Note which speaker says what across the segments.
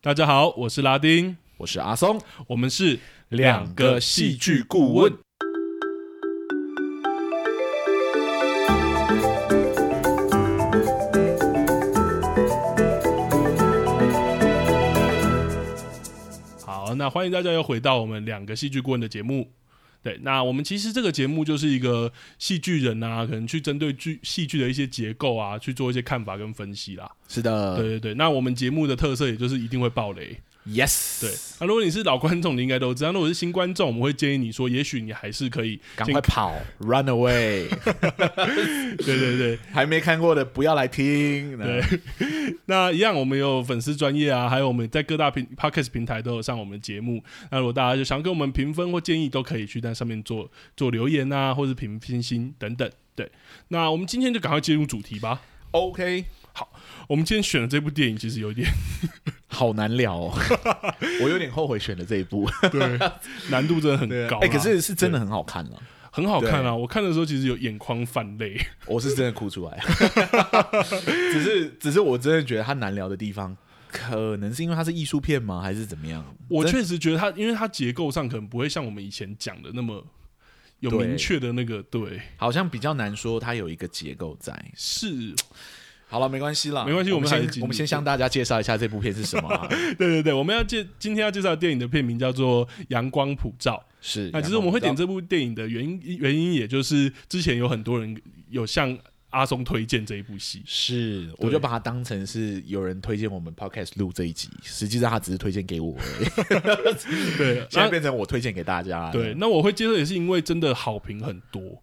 Speaker 1: 大家好，我是拉丁，
Speaker 2: 我是阿松，
Speaker 1: 我们是
Speaker 2: 两个戏剧顾问。
Speaker 1: 好，那欢迎大家又回到我们两个戏剧顾问的节目。对，那我们其实这个节目就是一个戏剧人啊，可能去针对剧戏剧的一些结构啊，去做一些看法跟分析啦。
Speaker 2: 是的
Speaker 1: 对对对，那我们节目的特色也就是一定会爆雷。
Speaker 2: ，Yes，
Speaker 1: 对，那如果你是老观众，你应该都知道；那如果是新观众，我们会建议你说，也许你还是可以
Speaker 2: 赶
Speaker 1: 先
Speaker 2: 快跑，Run away！
Speaker 1: 对对对，
Speaker 2: 还没看过的不要来听。
Speaker 1: 对那一样，我们有粉丝专业啊，还有我们在各大平 podcast 平台都有上我们节目。那如果大家就想给我们评分或建议，都可以去在上面做做留言啊，或是评星星等等。对，那我们今天就赶快进入主题吧。
Speaker 2: ，OK，
Speaker 1: 我们今天选的这部电影其实有一点
Speaker 2: 好难聊哦， 我有点后悔选的这一部。
Speaker 1: 对难度真的很高、啊，
Speaker 2: 哎，可是是真的很好看了，
Speaker 1: 很好看啊！我看的时候其实有眼眶泛泪。
Speaker 2: 我是真的哭出来。 只是，只是我真的觉得它难聊的地方，可能是因为它是艺术片吗，还是怎么样？
Speaker 1: 我
Speaker 2: 真
Speaker 1: 确实觉得它，因为它结构上可能不会像我们以前讲的那么有
Speaker 2: 对
Speaker 1: 明确的那个对，
Speaker 2: 好像比较难说它有一个结构在。
Speaker 1: 是，
Speaker 2: 好了，没关系啦，
Speaker 1: 没关系
Speaker 2: 我
Speaker 1: 我们还是
Speaker 2: 先
Speaker 1: 尽力
Speaker 2: 我们先向大家介绍一下这部片是什么 啊。
Speaker 1: 对对对，我们要介今天要介绍的电影的片名叫做《阳光普照》。
Speaker 2: 是，
Speaker 1: 那其实我们会点这部电影的原因，原因也就是之前有很多人有向阿松推荐这一部戏，
Speaker 2: 是，
Speaker 1: 对
Speaker 2: 我就把它当成是有人推荐我们 podcast 录这一集，实际上他只是推荐给我 而已。
Speaker 1: 对，
Speaker 2: 现在
Speaker 1: 那
Speaker 2: 变成我推荐给大家了。
Speaker 1: 对，那我会接受也是因为真的好评很多，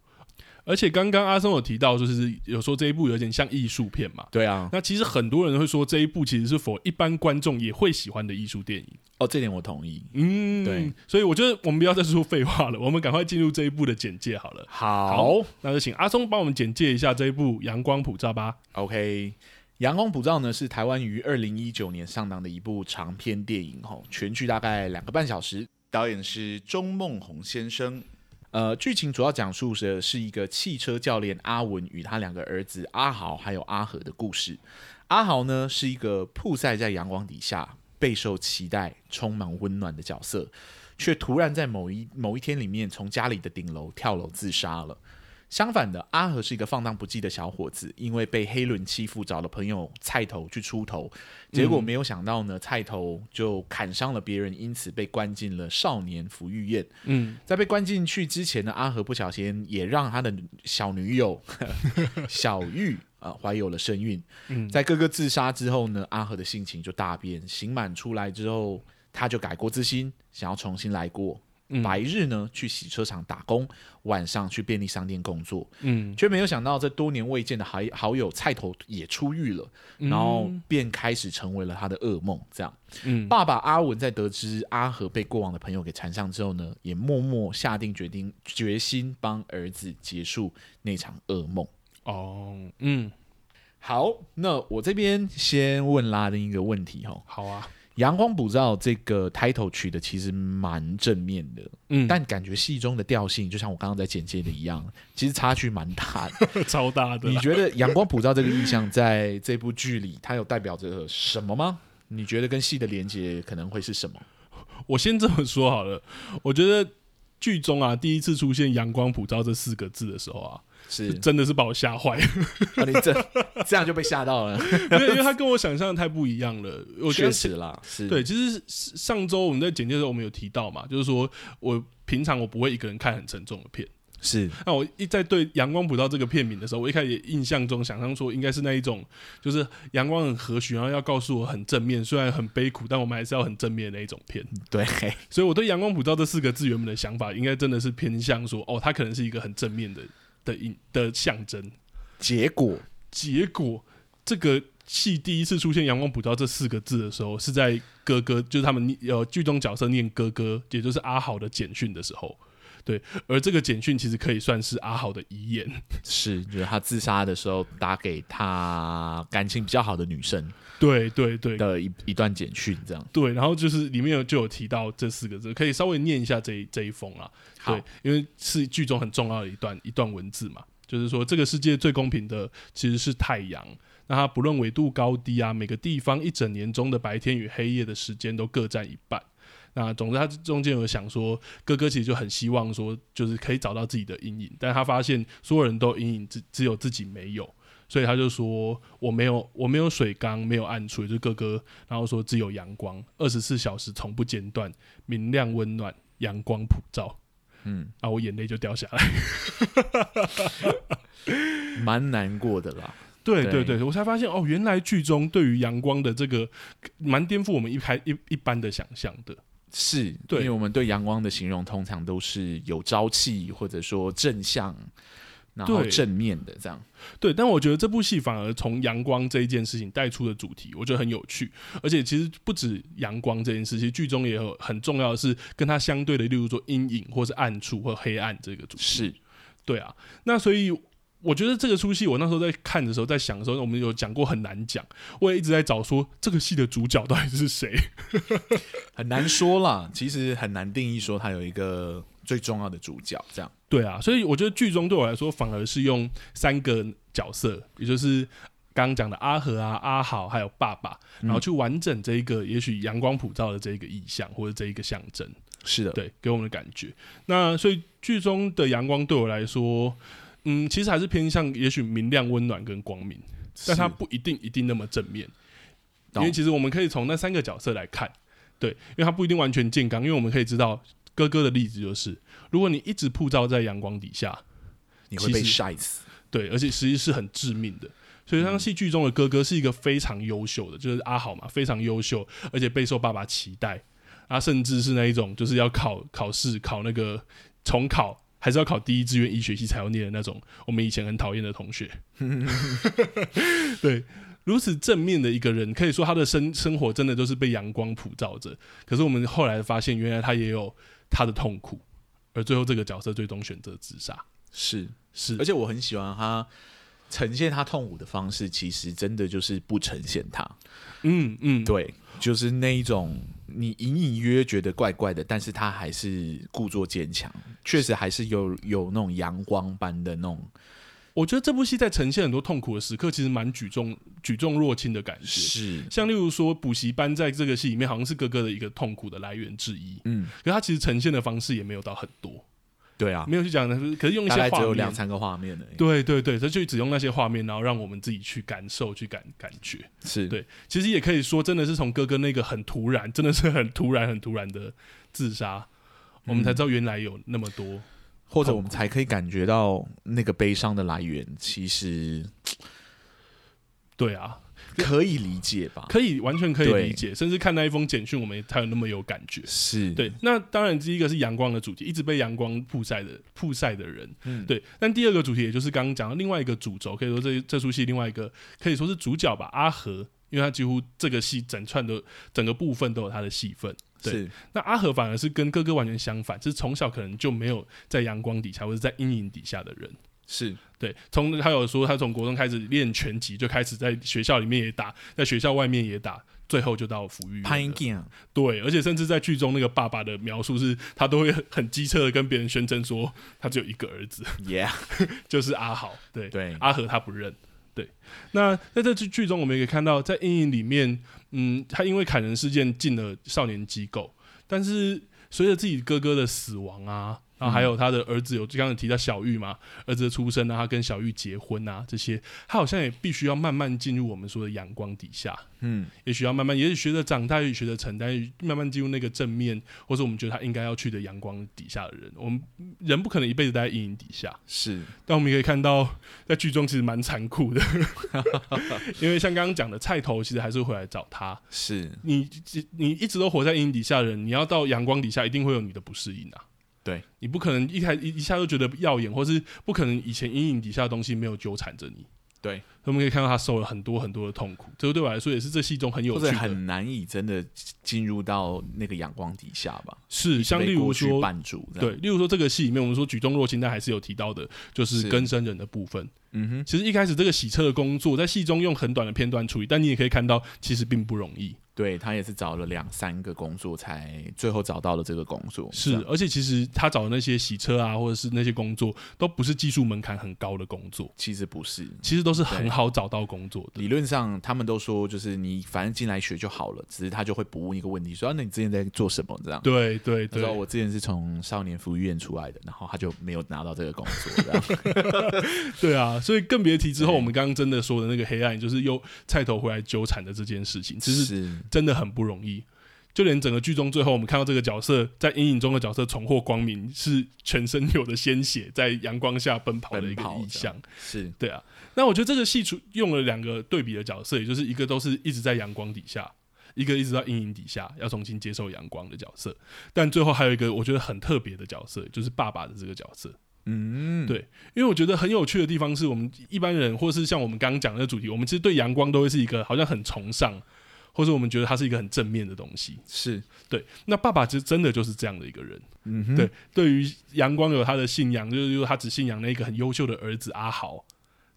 Speaker 1: 而且刚刚阿松有提到，就是有说这一部有点像艺术片嘛。
Speaker 2: 对啊，
Speaker 1: 那其实很多人会说这一部其实是否一般观众也会喜欢的艺术电影，
Speaker 2: 哦，这点我同意。
Speaker 1: 嗯，
Speaker 2: 对，
Speaker 1: 所以我觉得我们不要再说废话了，我们赶快进入这一部的简介好了。
Speaker 2: 好
Speaker 1: 那就请阿松帮我们简介一下这一部《阳光普照》吧。
Speaker 2: ，OK，《阳光普照》呢是台湾于二零一九年上档的一部长篇电影，吼，全剧大概两个半小时，导演是钟梦宏先生。呃，剧情主要讲述的是一个汽车教练阿文与他两个儿子阿豪还有阿和的故事。阿豪呢是一个曝晒在阳光底下、备受期待、充满温暖的角色，却突然在某一某一天里面从家里的顶楼跳楼自杀了。相反的，阿和是一个放荡不羁的小伙子，因为被黑轮欺负，找了朋友菜头去出
Speaker 1: 嗯
Speaker 2: 头，结果没有想到呢，菜头就砍伤了别人，因此被关进了少年福玉院。
Speaker 1: 嗯，
Speaker 2: 在被关进去之前呢，阿和不小心也让他的小女 友小玉啊怀有了身孕。
Speaker 1: 嗯
Speaker 2: 在哥哥自杀之后呢，阿和的性情就大变，刑满出来之后，他就改过自新，想要重新来过。
Speaker 1: 嗯
Speaker 2: 白日呢去洗车场打工，晚上去便利商店工作，
Speaker 1: 嗯，
Speaker 2: 却没有想到这多年未见的好好友菜头也出狱了，然后便开始成为了他的噩梦。这样，
Speaker 1: 嗯
Speaker 2: 爸爸阿文在得知阿和被过往的朋友给缠上之后呢，也默默下定决定，决心帮儿子结束那场噩梦。
Speaker 1: 哦，嗯，
Speaker 2: 好，那我这边先问拉丁一个问题哦，
Speaker 1: 好啊，
Speaker 2: 阳光普照》这个 title 取的其实蛮正面的，
Speaker 1: 嗯，
Speaker 2: 但感觉戏中的调性就像我刚刚在简介的一样，其实差距蛮大 的。
Speaker 1: 超大的
Speaker 2: 你
Speaker 1: 啦。
Speaker 2: 觉得阳光普照这个意象在这部剧里，它有代表着什么吗？你觉得跟戏的连接可能会是什么？
Speaker 1: 我先这么说好了，我觉得剧中啊，第一次出现“阳光普照”这四个字的时候啊，
Speaker 2: 是，
Speaker 1: 真的是把我吓 坏了，
Speaker 2: 啊、你这这样就被吓到了，
Speaker 1: 因为因为他跟我想象的太不一样了。 我觉
Speaker 2: 确
Speaker 1: 得
Speaker 2: 实啦，是
Speaker 1: 对，其实是上周我们在简介的时候，我们有提到嘛，就是说我平常我不会一个人看很沉重的片。
Speaker 2: 是
Speaker 1: 那我一在对《阳光普照》这个片名的时候，我一开始也印象中想象说应该是那一种，就是阳光很和煦，然后要告诉我很正面，虽然很悲苦，但我们还是要很正面的那一种片。
Speaker 2: 对，
Speaker 1: 所以我对“阳光普照”这四个字原本的想法，应该真的是偏向说，哦，它可能是一个很正面的的影的象征。
Speaker 2: 结果
Speaker 1: 结果这个戏第一次出现“阳光普照”这四个字的时候，是在哥哥，就是他们念呃剧中角色念哥哥，也就是阿豪的简讯的时候。对，而这个简讯其实可以算是阿豪的遗言。
Speaker 2: 是就是他自杀的时候打给他感情比较好的女生
Speaker 1: 对对对
Speaker 2: 的一一段简讯，这样
Speaker 1: 对，然后就是里面有就有提到这四个字，可以稍微念一下这一这一封啊。
Speaker 2: 好
Speaker 1: 对，因为是剧中很重要的一段一段文字嘛，就是说这个世界最公平的其实是太阳，那它不论纬度高低啊，每个地方一整年中的白天与黑夜的时间都各占一半。那总之，他中间有想说，哥哥其实就很希望说，就是可以找到自己的阴影，但他发现所有人都有阴影，只只有自己没有，所以他就说我没有，我没有水缸，没有暗处，也就是哥哥，然后说只有阳光，二十四小时从不间断，明亮温暖，阳光普照。
Speaker 2: 嗯，
Speaker 1: 啊，我眼泪就掉下 来。
Speaker 2: 蛮难过的啦。
Speaker 1: 对
Speaker 2: 对
Speaker 1: 对对，我才发现哦，原来剧中对于阳光的这个蛮颠覆我们一开一一般的想象的。
Speaker 2: 是，
Speaker 1: 对
Speaker 2: 因为我们对阳光的形容通常都是有朝气，或者说正向，然后
Speaker 1: 对
Speaker 2: 正面的这样。
Speaker 1: 对，但我觉得这部戏反而从阳光这一件事情带出的主题，我觉得很有趣。而且其实不止阳光这件事，其实剧中也有很重要的是跟它相对的，例如说阴影或是暗处或黑暗这个主题。
Speaker 2: 是，
Speaker 1: 对啊，那所以。我觉得这个出戏，我那时候在看的时候，在想的时候，我们有讲过很难讲，我也一直在找说这个戏的主角到底是谁。
Speaker 2: 很难说啦，其实很难定义说它有一个最重要的主角这样。
Speaker 1: 对啊，所以我觉得剧中对我来说反而是用三个角色，也就是刚刚讲的阿和啊、阿豪还有爸爸，然
Speaker 2: 嗯
Speaker 1: 后去完整这一个也许阳光普照的这一个意象或者这一个象征，
Speaker 2: 是的，
Speaker 1: 对，给我们的感觉。那所以剧中的阳光对我来说，嗯，其实还是偏向也许明亮、温暖跟光明，但它
Speaker 2: 他
Speaker 1: 不一定一定那么正面，因
Speaker 2: 懂
Speaker 1: 为其实我们可以从那三个角色来看，对，因为它不一定完全健康，因为我们可以知道哥哥的例子就是，如果你一直曝照在阳光底下，
Speaker 2: 你会被
Speaker 1: 其实
Speaker 2: 晒死。
Speaker 1: 对，而且实际是很致命的。所以，像戏剧中的哥哥是一个非常优秀的，就是阿豪嘛，非常优秀，而且备受爸爸期待。啊，甚至是那一种就是要考考试，考那个重考，还是要考第一志愿一学期才要念的那种，我们以前很讨厌的同学。对，如此正面的一个人，可以说他的生生活真的都是被阳光普照着。可是我们后来发现，原来他也有他的痛苦，而最后这个角色最终选择自杀。
Speaker 2: 是，
Speaker 1: 是
Speaker 2: 而且我很喜欢他呈现他痛苦的方式，其实真的就是不呈现他。
Speaker 1: 嗯嗯，
Speaker 2: 对，就是那一种你隐隐约约觉得怪怪的，但是他还是故作坚强，确实还是有有那种阳光般的那种
Speaker 1: 我觉得这部戏在呈现很多痛苦的时刻，其实蛮举重举重若轻的感觉。
Speaker 2: 是，
Speaker 1: 像例如说，补习班在这个戏里面好像是哥哥的一个痛苦的来源之一，
Speaker 2: 嗯，
Speaker 1: 可他其实呈现的方式也没有到很多，
Speaker 2: 对啊，
Speaker 1: 没有去讲的，可是用一
Speaker 2: 大
Speaker 1: 些
Speaker 2: 概只
Speaker 1: 画
Speaker 2: 有两
Speaker 1: 面，
Speaker 2: 三个画面而已，
Speaker 1: 对对对，他就只用那些画面，然后让我们自己去感受、去感感觉。
Speaker 2: 是
Speaker 1: 对，其实也可以说，真的是从哥哥那个很突然，真的是很突然、很突然的自杀，我
Speaker 2: 嗯
Speaker 1: 们才知道原来有那么多。
Speaker 2: 或者我们才可以感觉到那个悲伤的来源，其实
Speaker 1: 对啊，
Speaker 2: 可以理解吧？
Speaker 1: 可以完全可以
Speaker 2: 对
Speaker 1: 理解，甚至看那一封简讯，我们也才有那么有感觉。
Speaker 2: 是，，
Speaker 1: 对，那当然第一个是阳光的主题，一直被阳光曝晒的曝晒的人，
Speaker 2: 嗯
Speaker 1: 对。但第二个主题，也就是刚刚讲的另外一个主轴，可以说这这出戏另外一个可以说是主角吧，阿和，因为他几乎这个戏整串的整个部分都有他的戏份。对
Speaker 2: 是
Speaker 1: 那阿和反而是跟哥哥完全相反，是从小可能就没有在阳光底下或者在阴影底下的人。
Speaker 2: 是，
Speaker 1: 对，从他有说他从国中开始练拳击，就开始在学校里面也打，在学校外面也打，最后就到福育院
Speaker 2: 潘
Speaker 1: 了。
Speaker 2: 镜
Speaker 1: 对，而且甚至在剧中那个爸爸的描述是，他都会很很机车的跟别人宣称说，他只有一个儿子，
Speaker 2: ，Yeah，
Speaker 1: 就是阿豪。对，
Speaker 2: 对，
Speaker 1: 阿和他不认。对，那在这剧剧中，我们也可以看到，在阴影里面，嗯，他因为砍人事件进了少年机构，但是随着自己哥哥的死亡啊，然后还
Speaker 2: 嗯
Speaker 1: 有他的儿子有刚刚提到小玉嘛，儿子的出生啊，他跟小玉结婚啊，这些，他好像也必须要慢慢进入我们说的阳光底下，
Speaker 2: 嗯，
Speaker 1: 也许要慢慢，也许学着长大，也许学着承担，也许慢慢进入那个正面，或是我们觉得他应该要去的阳光底下的人。我们人不可能一辈子待在阴影底下，
Speaker 2: 是，
Speaker 1: 但我们也可以看到，在剧中其实蛮残酷 的，因为像刚刚讲的，菜头其实还是会回来找他。
Speaker 2: 是，
Speaker 1: 你你一直都活在阴影底下的人，你要到阳光底下，一定会有你的不适应啊。
Speaker 2: 对
Speaker 1: 你不可能一开一一下就觉得耀眼，或是不可能以前阴影底下的东西没有纠缠着你。
Speaker 2: 对，
Speaker 1: 我们可以看到他受了很多很多的痛苦，这个对我来说也是这戏中很有
Speaker 2: 或
Speaker 1: 趣
Speaker 2: 者
Speaker 1: 的。
Speaker 2: 很难以真的进入到那个阳光底下吧？
Speaker 1: 是，像例
Speaker 2: 被
Speaker 1: 如
Speaker 2: 过去
Speaker 1: 说，
Speaker 2: 绊住，这样
Speaker 1: 对，，例如说这个戏里面，我们说举重若轻，但还是有提到的，就是
Speaker 2: 是
Speaker 1: 更生人的部分。
Speaker 2: 嗯哼，
Speaker 1: 其实一开始这个洗车的工作，在戏中用很短的片段处理，但你也可以看到，其实并不容易。
Speaker 2: 对他也是找了两三个工作，才最后找到了这个工作。
Speaker 1: 是
Speaker 2: 这样，
Speaker 1: 而且其实他找的那些洗车啊，或者是那些工作，都不是技术门槛很高的工作，
Speaker 2: 其实不是。
Speaker 1: 其实都是
Speaker 2: 对
Speaker 1: 很好找到工作的。
Speaker 2: 理论上，他们都说就是你反正进来学就好了，只是他就会不问一个问题，说、啊、那你之前在做什么这样。
Speaker 1: 对对
Speaker 2: 他说哦
Speaker 1: 对，
Speaker 2: 我之前是从少年福利院出来的，然后他就没有拿到这个工作，这样
Speaker 1: 对啊，所以更别提之后
Speaker 2: 对
Speaker 1: 我们刚刚真的说的那个黑暗，就是又菜头回来纠缠的这件事情， 其实
Speaker 2: 是
Speaker 1: 真的很不容易。就连整个剧中最后，我们看到这个角色在阴影中的角色重获光明，是全身有的鲜血在阳光下奔跑的一个
Speaker 2: 奔跑
Speaker 1: 意
Speaker 2: 这
Speaker 1: 象
Speaker 2: 样。是
Speaker 1: 对啊，那我觉得这个戏出用了两个对比的角色，也就是一个都是一直在阳光底下，一个一直到阴影底下，要重新接受阳光的角色。但最后还有一个我觉得很特别的角色，就是爸爸的这个角色。
Speaker 2: 嗯
Speaker 1: 对因为我觉得很有趣的地方是我们一般人，或是像我们刚刚讲的主题，我们其实对阳光都会是一个好像很崇尚，或者我们觉得它是一个很正面的东西。
Speaker 2: 是
Speaker 1: 对，那爸爸其实真的就是这样的一个人。
Speaker 2: 嗯哼
Speaker 1: 对，对于阳光有他的信仰，就是就是他只信仰那个很优秀的儿子阿豪，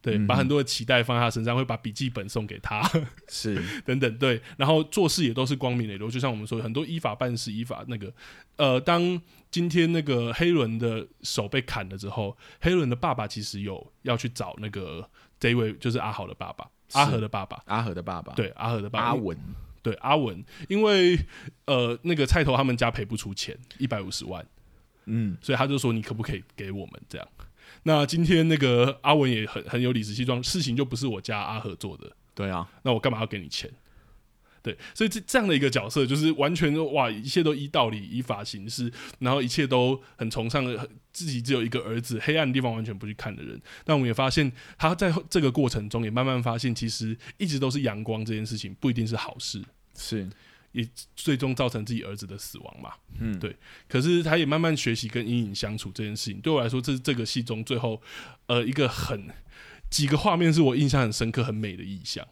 Speaker 1: 对，
Speaker 2: 嗯
Speaker 1: 把
Speaker 2: 哼
Speaker 1: 很多的期待放在他身上，会把笔记本送给他
Speaker 2: 是
Speaker 1: 等等，对，然后做事也都是光明磊落，就像我们说，很多依法办事，依法那个，呃，当今天那个黑伦的手被砍了之后，黑伦的爸爸其实有要去找那个这一位就是阿豪的爸爸，
Speaker 2: 是
Speaker 1: 阿和的爸爸。
Speaker 2: 阿和的爸爸，，
Speaker 1: 对阿和的爸爸，
Speaker 2: 阿文
Speaker 1: 对阿文，因为呃那个菜头他们家赔不出钱，一百五十万，
Speaker 2: 嗯
Speaker 1: 所以他就说你可不可以给我们这样？那今天那个阿文也很很有理直气壮，事情就不是我家阿和做的，
Speaker 2: 对啊
Speaker 1: 那我干嘛要给你钱？对，所以这这样的一个角色，就是完全哇，一切都依道理、依法行事，然后一切都很崇尚很自己只有一个儿子，黑暗的地方完全不去看的人。但我们也发现，他在这个过程中也慢慢发现，其实一直都是阳光这件事情不一定是好事，
Speaker 2: 是
Speaker 1: 最终造成自己儿子的死亡嘛。
Speaker 2: 嗯
Speaker 1: 对可是他也慢慢学习跟阴影相处这件事情，对我来说，这是这个戏中最后呃一个很几个画面是我印象很深刻、很美的意象。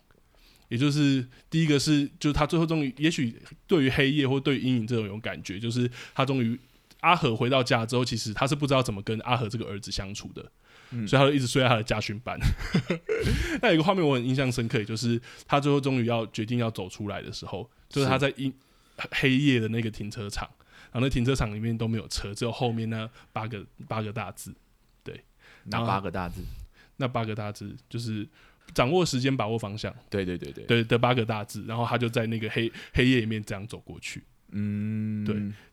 Speaker 1: 也就是第一个是，就是他最后终于，也许对于黑夜或对于阴影这种有感觉，就是他终于阿和回到家之后，其实他是不知道怎么跟阿和这个儿子相处的，
Speaker 2: 嗯
Speaker 1: 所以他就一直睡在他的家训班。 那有一个画面我很印象深刻，也就是他最后终于要决定要走出来的时候，就是他
Speaker 2: 是
Speaker 1: 在阴黑夜的那个停车场。然后那停车场里面都没有车，只有后面那八个八个大字，然
Speaker 2: 那
Speaker 1: 后
Speaker 2: 八个大字，
Speaker 1: 那八个大字就是掌握时间、把握方向，
Speaker 2: 对对对对，
Speaker 1: 对的八个大字。然后他就在那个黑黑夜里面这样走过去
Speaker 2: 嗯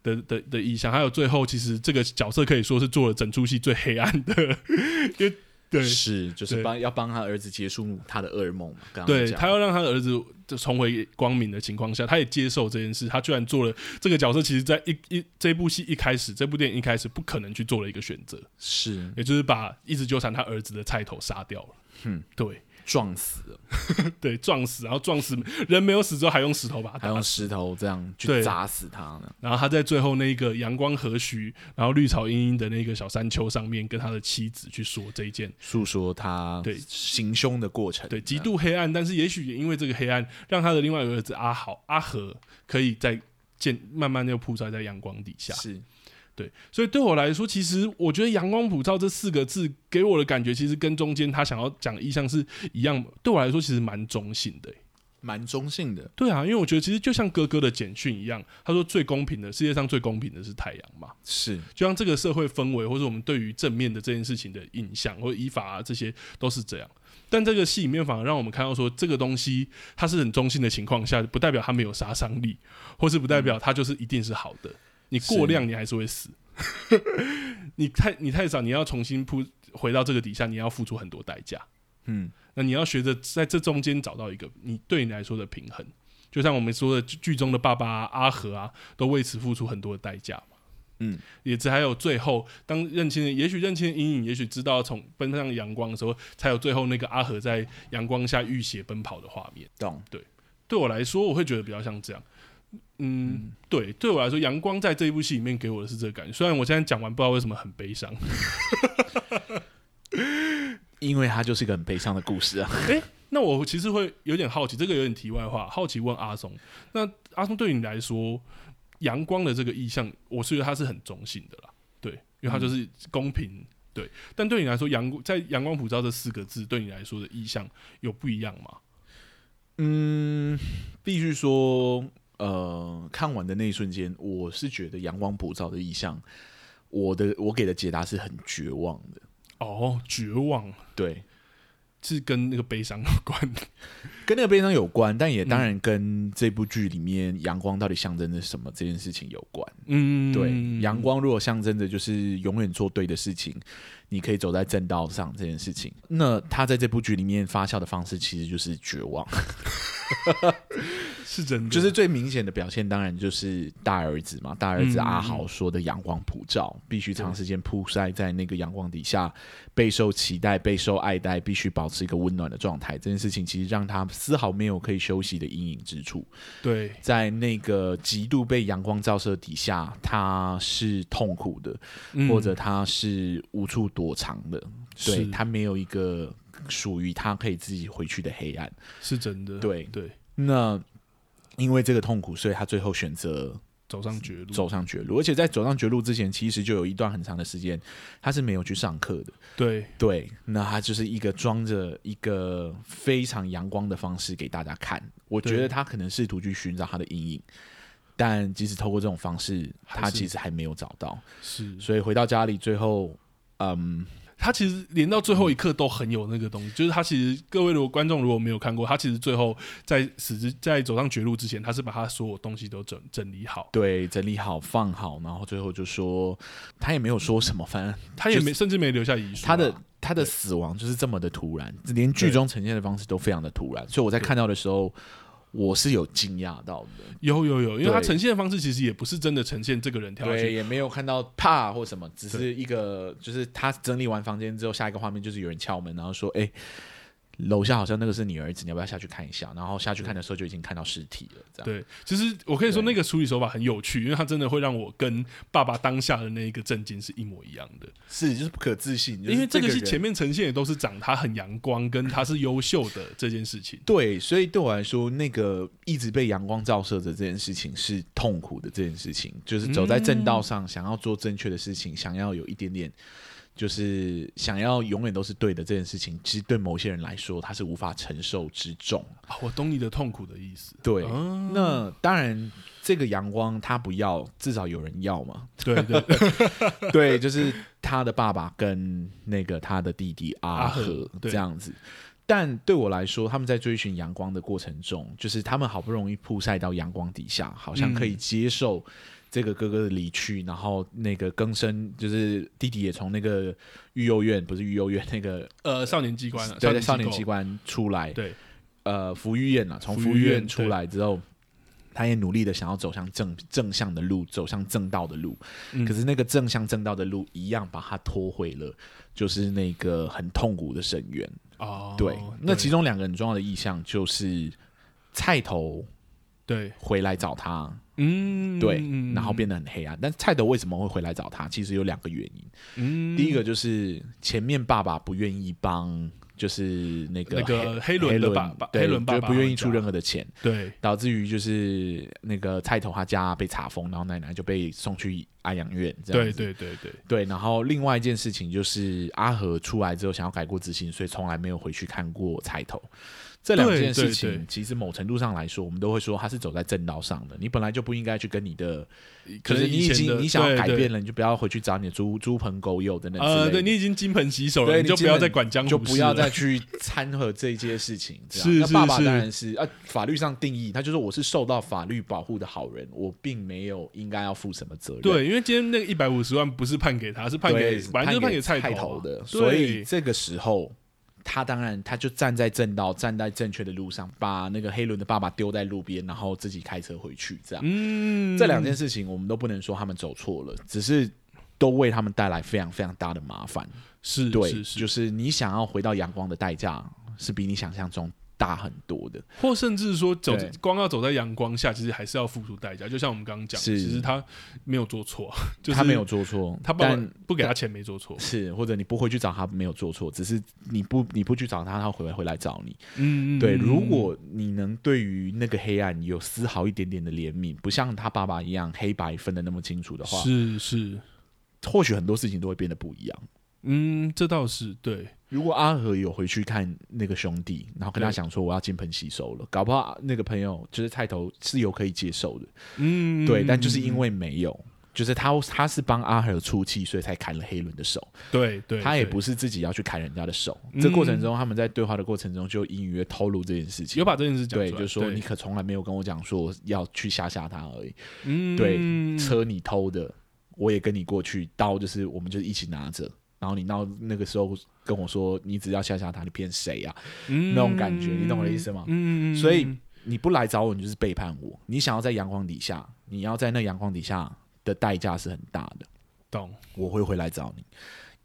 Speaker 1: 对的的的意象。还有最后，其实这个角色可以说是做了整出戏最黑暗的， 因为对
Speaker 2: 是就是
Speaker 1: 对
Speaker 2: 帮要帮他儿子结束他的噩梦嘛，刚刚
Speaker 1: 对，
Speaker 2: 讲
Speaker 1: 他要让他的儿子就重回光明的情况下，他也接受这件事。他居然做了这个角色，其实在一一这部戏一开始，这部电影一开始不可能去做了一个选择，
Speaker 2: 嗯是
Speaker 1: 也就是把一直纠缠他儿子的菜头杀掉了。
Speaker 2: 嗯，
Speaker 1: 对。
Speaker 2: 撞死了，
Speaker 1: 对，撞死，然后撞死人没有死之后，还用石头把他打
Speaker 2: 还用
Speaker 1: 死。
Speaker 2: 石头这样去
Speaker 1: 对
Speaker 2: 砸死他呢，
Speaker 1: 然后他在最后那个阳光和煦，然后绿草茵茵的那个小山丘上面，跟他的妻子去说这一件
Speaker 2: 诉说他
Speaker 1: 对
Speaker 2: 行凶的过程，
Speaker 1: 对
Speaker 2: 这
Speaker 1: 极
Speaker 2: 样
Speaker 1: 度黑暗，但是也许也因为这个黑暗，让他的另外一个儿子阿豪阿和可以在见慢慢就曝晒在阳光底下。
Speaker 2: 是
Speaker 1: 对，所以对我来说，其实我觉得“阳光普照”这四个字给我的感觉，其实跟中间他想要讲的意象是一样。对我来说，其实蛮中性的、
Speaker 2: 蛮中性的，
Speaker 1: 对啊，因为我觉得其实就像哥哥的简讯一样，他说最公平的世界上最公平的是太阳嘛，
Speaker 2: 是
Speaker 1: 就像这个社会氛围或者我们对于正面的这件事情的印象或者依法啊，这些都是这样。但这个戏里面反而让我们看到说，这个东西它是很中性的情况下，不代表它没有杀伤力，或是不代表它就是一定是好的。你过量你还是会死，你太你太少，你要重新铺回到这个底下，你要付出很多代价。
Speaker 2: 嗯
Speaker 1: 那你要学着在这中间找到一个你对你来说的平衡。就像我们说的，剧剧中的爸爸啊、阿和啊，都为此付出很多的代价嘛。
Speaker 2: 嗯，
Speaker 1: 也只还有最后，当认清了，也许认清了阴影，也许知道从奔向阳光的时候，才有最后那个阿和在阳光下浴血奔跑的画面。
Speaker 2: 懂
Speaker 1: 对我来说，我会觉得比较像这样。嗯，对，对我来说，阳光在这一部戏里面给我的是这个感觉。虽然我现在讲完，不知道为什么很悲伤。
Speaker 2: 因为它就是一个很悲伤的故事啊。
Speaker 1: 那我其实会有点好奇，这个有点题外话，好奇问阿松，那阿松对你来说，阳光的这个意象，我是觉得它是很中性的啦，对，因为它就是公平，对。但对你来说，阳在阳光普照这四个字对你来说的意象有不一样吗？
Speaker 2: 嗯，必须说，呃，看完的那一瞬间，我是觉得阳光普照的意象，我的我给的解答是很绝望的。
Speaker 1: 哦，绝望
Speaker 2: 对，
Speaker 1: 是跟那个悲伤有关的。
Speaker 2: 跟那个悲伤有关，但也当然跟这部剧里面阳光到底象征着什么这件事情有关。
Speaker 1: 嗯，
Speaker 2: 对，阳光如果象征着就是永远做对的事情，你可以走在正道上这件事情，那他在这部剧里面发酵的方式其实就是绝望，
Speaker 1: 是真的，
Speaker 2: 就是最明显的表现，当然就是大儿子嘛，大儿子
Speaker 1: 嗯
Speaker 2: 阿豪说的阳光普照，必须长时间曝晒在那个阳光底下，备受期待、备受爱戴，必须保持一个温暖的状态。这件事情其实让他丝毫没有可以休息的阴影之处。
Speaker 1: 对，
Speaker 2: 在那个极度被阳光照射底下，他是痛苦的，
Speaker 1: 嗯
Speaker 2: 或者他是无处躲藏的，对
Speaker 1: 是
Speaker 2: 他没有一个属于他可以自己回去的黑暗。
Speaker 1: 是真的，
Speaker 2: 对
Speaker 1: 对，
Speaker 2: 那因为这个痛苦，所以他最后选择
Speaker 1: 走上绝路，
Speaker 2: 走上绝路，而且在走上绝路之前，其实就有一段很长的时间，他是没有去上课的。
Speaker 1: 对，
Speaker 2: 对，那他就是一个装着一个非常阳光的方式给大家看。我觉
Speaker 1: 对
Speaker 2: 得他可能试图去寻找他的阴影，但即使透过这种方式，
Speaker 1: 还
Speaker 2: 他
Speaker 1: 是
Speaker 2: 其实还没有找到。
Speaker 1: 是
Speaker 2: 所以回到家里，最后，嗯，
Speaker 1: 他其实连到最后一刻都很有那个东西，就是他其实各位如果观众如果没有看过，他其实最后在死之在走上绝路之前，他是把他所有东西都整整理好，
Speaker 2: 对，整理好放好，然后最后就说他也没有说什么，反正
Speaker 1: 他也没甚至没留下遗书啊、
Speaker 2: 他的他的死亡就是这么的突然，连剧中呈现的方式都非常的突然。所以我在看到的时候，我是有惊讶到的。
Speaker 1: 有有有，因为
Speaker 2: 对
Speaker 1: 他呈现的方式其实也不是真的呈现这个人跳下
Speaker 2: 对，
Speaker 1: 去，
Speaker 2: 也没有看到怕或什么，只是一个就是他整理完房间之后，下一个画面就是有人敲门，然后说：“哎、楼下好像那个是你儿子，你要不要下去看一下？”然后下去看的时候就已经看到尸体了，这样。
Speaker 1: 对，其实我可以说
Speaker 2: 对
Speaker 1: 那个处理手法很有趣，因为他真的会让我跟爸爸当下的那一个震惊是一模一样的，
Speaker 2: 是就是不可置信，就是
Speaker 1: 因为这个
Speaker 2: 人
Speaker 1: 戏前面呈现也都是长他很阳光跟他是优秀的这件事情，
Speaker 2: 对，所以对我来说，那个一直被阳光照射着这件事情是痛苦的。这件事情就是走在正道上，想要做正确的事情，想要有一点点，就是想要永远都是对的这件事情，其实对某些人来说，他是无法承受之重。
Speaker 1: 啊，我懂你的痛苦的意思，
Speaker 2: 对，
Speaker 1: 啊
Speaker 2: 那当然，这个阳光他不要，至少有人要嘛。
Speaker 1: 对对
Speaker 2: 对，就是他的爸爸跟那个他的弟弟阿
Speaker 1: 阿和
Speaker 2: 和
Speaker 1: 对
Speaker 2: 这样子。但对我来说，他们在追寻阳光的过程中，就是他们好不容易曝晒到阳光底下，好像可以接受这个哥哥的离去，然后那个更生，就是弟弟也从那个育幼院，不是育幼院，那个
Speaker 1: 呃，少年机关啊，
Speaker 2: 对，在少年机
Speaker 1: 机构，
Speaker 2: 关出来，
Speaker 1: 对，
Speaker 2: 呃，福育院啊，从
Speaker 1: 福
Speaker 2: 福
Speaker 1: 育
Speaker 2: 育
Speaker 1: 院
Speaker 2: 院出来之后，他也努力的想要走向正正向的路，走向正道的路。
Speaker 1: 嗯
Speaker 2: 可是那个正向正道的路，一样把他拖回了，就是那个很痛苦的深渊。
Speaker 1: 哦，
Speaker 2: 对，那其
Speaker 1: 实
Speaker 2: 中两个很重要的意象就是菜头
Speaker 1: 对，
Speaker 2: 回来找他，
Speaker 1: 嗯，
Speaker 2: 对，
Speaker 1: 嗯
Speaker 2: 然后，变得很黑暗。但菜头为什么会回来找他？其实有两个原因。
Speaker 1: 嗯
Speaker 2: 第一个就是前面爸爸不愿意帮。就是那个
Speaker 1: 那个黑
Speaker 2: 黑
Speaker 1: 伦的爸爸
Speaker 2: 对
Speaker 1: 黑伦爸
Speaker 2: 就
Speaker 1: 爸
Speaker 2: 不愿意
Speaker 1: 回
Speaker 2: 出
Speaker 1: 家
Speaker 2: 任何的钱，
Speaker 1: 对，
Speaker 2: 导致于就是那个菜头他家被查封，然后奶奶就被送去安养院，这样
Speaker 1: 对
Speaker 2: 子
Speaker 1: 对对对，
Speaker 2: 对然后另外一件事情就是阿和出来之后想要改过自新，所以从来没有回去看过菜头。这两件事
Speaker 1: 对对
Speaker 2: 情，其实某程度上来说，我们都会说他是走在正道上的。你本来就不应该去跟你的，可是
Speaker 1: 能
Speaker 2: 你
Speaker 1: 以
Speaker 2: 已
Speaker 1: 前
Speaker 2: 经
Speaker 1: 的
Speaker 2: 你想要改
Speaker 1: 对对
Speaker 2: 变了，你就不要回去找你的猪猪朋狗友等等之类的。
Speaker 1: 呃，对你已经金盆洗手了，
Speaker 2: 对
Speaker 1: 你就
Speaker 2: 你
Speaker 1: 不
Speaker 2: 基
Speaker 1: 要
Speaker 2: 本
Speaker 1: 再管江湖，
Speaker 2: 就不要再。去掺和这些事情。这样
Speaker 1: 是
Speaker 2: 那
Speaker 1: 是
Speaker 2: 爸爸
Speaker 1: 是
Speaker 2: 当然是啊，法律上定义，他就是我是受到法律保护的好人，我并没有应该要负什么责任。
Speaker 1: 对，因为今天那个一百五十万不是判给他，是判给
Speaker 2: 对，，
Speaker 1: 反正就是判
Speaker 2: 给
Speaker 1: 菜
Speaker 2: 菜
Speaker 1: 头
Speaker 2: 头
Speaker 1: 啊
Speaker 2: 的，所以
Speaker 1: 对，
Speaker 2: 这个时候。他当然，他就站在正道，站在正确的路上，把那个黑伦的爸爸丢在路边，然后自己开车回去。这样，
Speaker 1: 嗯，
Speaker 2: 这两件事情我们都不能说他们走错了，只是都为他们带来非常非常大的麻烦。
Speaker 1: 是
Speaker 2: 对，
Speaker 1: 是是，
Speaker 2: 就是你想要回到阳光的代价是比你想象中大很多的。
Speaker 1: 或甚至说走
Speaker 2: 对
Speaker 1: 光要走在阳光下，其实还是要付出代价。就像我们刚刚讲，
Speaker 2: 是
Speaker 1: 其实他没有做错， 就是
Speaker 2: 他没有做错，
Speaker 1: 他爸爸
Speaker 2: 但
Speaker 1: 不给他钱没做错，
Speaker 2: 是或者你不回去找他没有做错，只是你不你不去找他，他回来回来找你。
Speaker 1: 嗯，
Speaker 2: 对，
Speaker 1: 嗯
Speaker 2: 如果你能对于那个黑暗有丝毫一点点的怜悯，不像他爸爸一样黑白分的那么清楚的话，
Speaker 1: 是是，
Speaker 2: 或许很多事情都会变得不一样。
Speaker 1: 嗯，这倒是对，
Speaker 2: 如果阿和有回去看那个兄弟，然后跟他
Speaker 1: 对
Speaker 2: 讲说我要金盆洗手了，搞不好那个朋友就是菜头是有可以接受的，
Speaker 1: 嗯，
Speaker 2: 对，
Speaker 1: 嗯
Speaker 2: 但就是因为没有。就是他，他是帮阿和出气，所以才砍了黑伦的手。
Speaker 1: 对对，
Speaker 2: 他也
Speaker 1: 对
Speaker 2: 不是自己要去砍人家的手。
Speaker 1: 嗯
Speaker 2: 这过程中，他们在对话的过程中就隐约透露这件事情
Speaker 1: 有。把这件事讲出
Speaker 2: 对，
Speaker 1: 来，
Speaker 2: 就说你可从来没有跟我讲说要去吓吓他而已。
Speaker 1: 嗯，
Speaker 2: 对，车你偷的，我也跟你过去，刀就是我们就是一起拿着。然后你到那个时候跟我说你只要吓吓他，你骗谁啊？
Speaker 1: 那
Speaker 2: 那种感觉你懂我的意思吗
Speaker 1: 嗯，
Speaker 2: 所以你不来找我，你就是背叛我。你想要在阳光底下，你要在那阳光底下的代价是很大的。
Speaker 1: 懂
Speaker 2: 我会回来找你，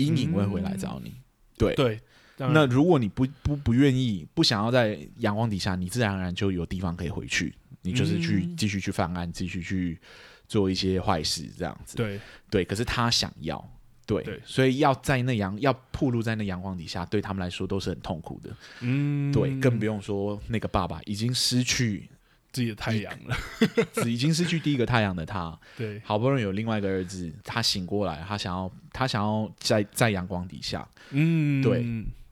Speaker 2: 阴影会回来找你。对，
Speaker 1: 对，嗯当然
Speaker 2: 那如果你不不不愿意，不想要在阳光底下，你自然而然就有地方可以回去，你就是去
Speaker 1: 嗯
Speaker 2: 继续去犯案，继续去做一些坏事这样子。
Speaker 1: 对
Speaker 2: 对，可是他想要。对，
Speaker 1: 对
Speaker 2: 所以要在那阳要暴露在那阳光底下，对他们来说都是很痛苦的。
Speaker 1: 嗯，
Speaker 2: 对，更不用说那个爸爸已经失去，
Speaker 1: 自己的太阳了，
Speaker 2: 已经失去第一个太阳的他，
Speaker 1: 对，
Speaker 2: 好不容易有另外一个儿子，他醒过来，他想要他想要在在阳光底下，
Speaker 1: 嗯，
Speaker 2: 对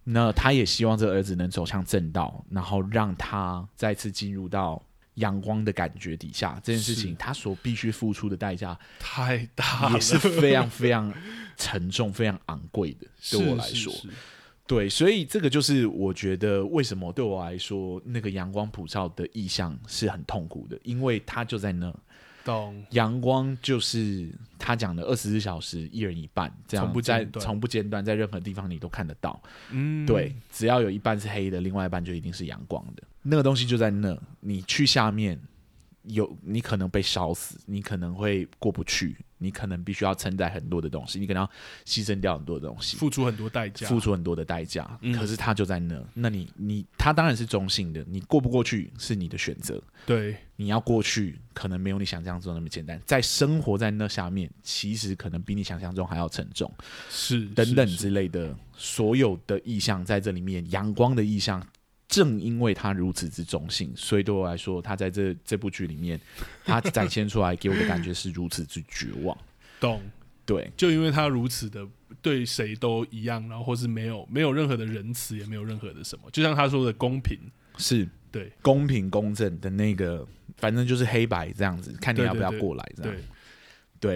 Speaker 2: 那他也希望这儿子能走向正道，然后让他再次进入到阳光的感觉底下。这件事情，
Speaker 1: 是
Speaker 2: 他所必须付出的代价
Speaker 1: 太大了，
Speaker 2: 也是非常非常沉重、非常昂贵的。对我来
Speaker 1: 是
Speaker 2: 说，
Speaker 1: 是是
Speaker 2: 对，所以这个就是我觉得为什么对我来说，那个阳光普照的意象是很痛苦的，因为它就在那，
Speaker 1: 懂，
Speaker 2: 阳光就是他讲的二十四小时，一人一半，这样
Speaker 1: 从不间
Speaker 2: 在
Speaker 1: 断
Speaker 2: 从不间断，在任何地方你都看得到。
Speaker 1: 嗯，
Speaker 2: 对，只要有一半是黑的，另外一半就一定是阳光的。那个东西就在那，你去下面有，你可能被烧死，你可能会过不去，你可能必须要承载很多的东西，你可能要牺牲掉很多的东西，
Speaker 1: 付出很多代价，
Speaker 2: 付出很多的代价。
Speaker 1: 嗯
Speaker 2: 可是它就在那，那你你它当然是中性的，你过不过去是你的选择。
Speaker 1: 对，
Speaker 2: 你要过去，可能没有你想象中那么简单。在生活在那下面，其实可能比你想象中还要沉重。
Speaker 1: 是
Speaker 2: 等等
Speaker 1: 是是
Speaker 2: 之类的，所有的意象在这里面，阳光的意象，正因为它如此之中性，所以对我来说，它在这这部剧里面，它展现出来给我的感觉是如此之绝 望。
Speaker 1: 懂。
Speaker 2: 对
Speaker 1: 就因为他如此的对谁都一样，然后或是没有没有任何的仁慈，也没有任何的什么，就像他说的公平，
Speaker 2: 是
Speaker 1: 对
Speaker 2: 公平公正的那个，反正就是黑白这样子，看你
Speaker 1: 对
Speaker 2: 要不要
Speaker 1: 对对
Speaker 2: 过来这样。
Speaker 1: 对，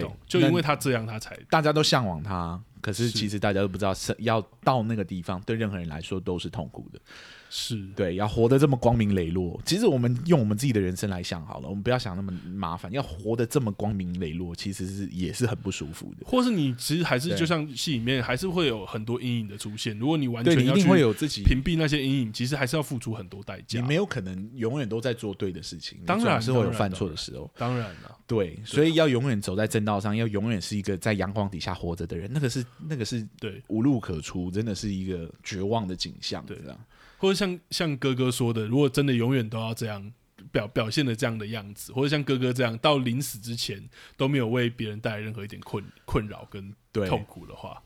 Speaker 2: 对
Speaker 1: 懂。就因为
Speaker 2: 那
Speaker 1: 他这样，他才
Speaker 2: 大家都向往它，可是
Speaker 1: 是
Speaker 2: 其实大家都不知道是要到那个地方，对任何人来说都是痛苦的。
Speaker 1: 是
Speaker 2: 对，要活得这么光明磊落。其实我们用我们自己的人生来想好了，我们不要想那么麻烦。要活得这么光明磊落，其实是也是很不舒服的。
Speaker 1: 或是你其实还是
Speaker 2: 对
Speaker 1: 就像戏里面还是会有很多阴影的出现。如果你完
Speaker 2: 对
Speaker 1: 全
Speaker 2: 你一
Speaker 1: 要
Speaker 2: 定会
Speaker 1: 去
Speaker 2: 有自己，
Speaker 1: 屏蔽那些阴影，其实还是要付出很多代
Speaker 2: 你
Speaker 1: 价。
Speaker 2: 没有可能永远都在做对的事情，
Speaker 1: 当然
Speaker 2: 你总是会有
Speaker 1: 当然
Speaker 2: 犯错的时候。
Speaker 1: 当然了，
Speaker 2: 对，所以要永远走在正道上，要永远是一个在阳光底下活着的人，那个是那个是
Speaker 1: 对，
Speaker 2: 无路可出，真的是一个绝望的景象。
Speaker 1: 对
Speaker 2: 这样
Speaker 1: 或者像像哥哥说的，如果真的永远都要这样。表表现的这样的样子，或者像哥哥这样，到临死之前都没有为别人带来任何一点困困扰跟
Speaker 2: 对，
Speaker 1: 痛苦的话，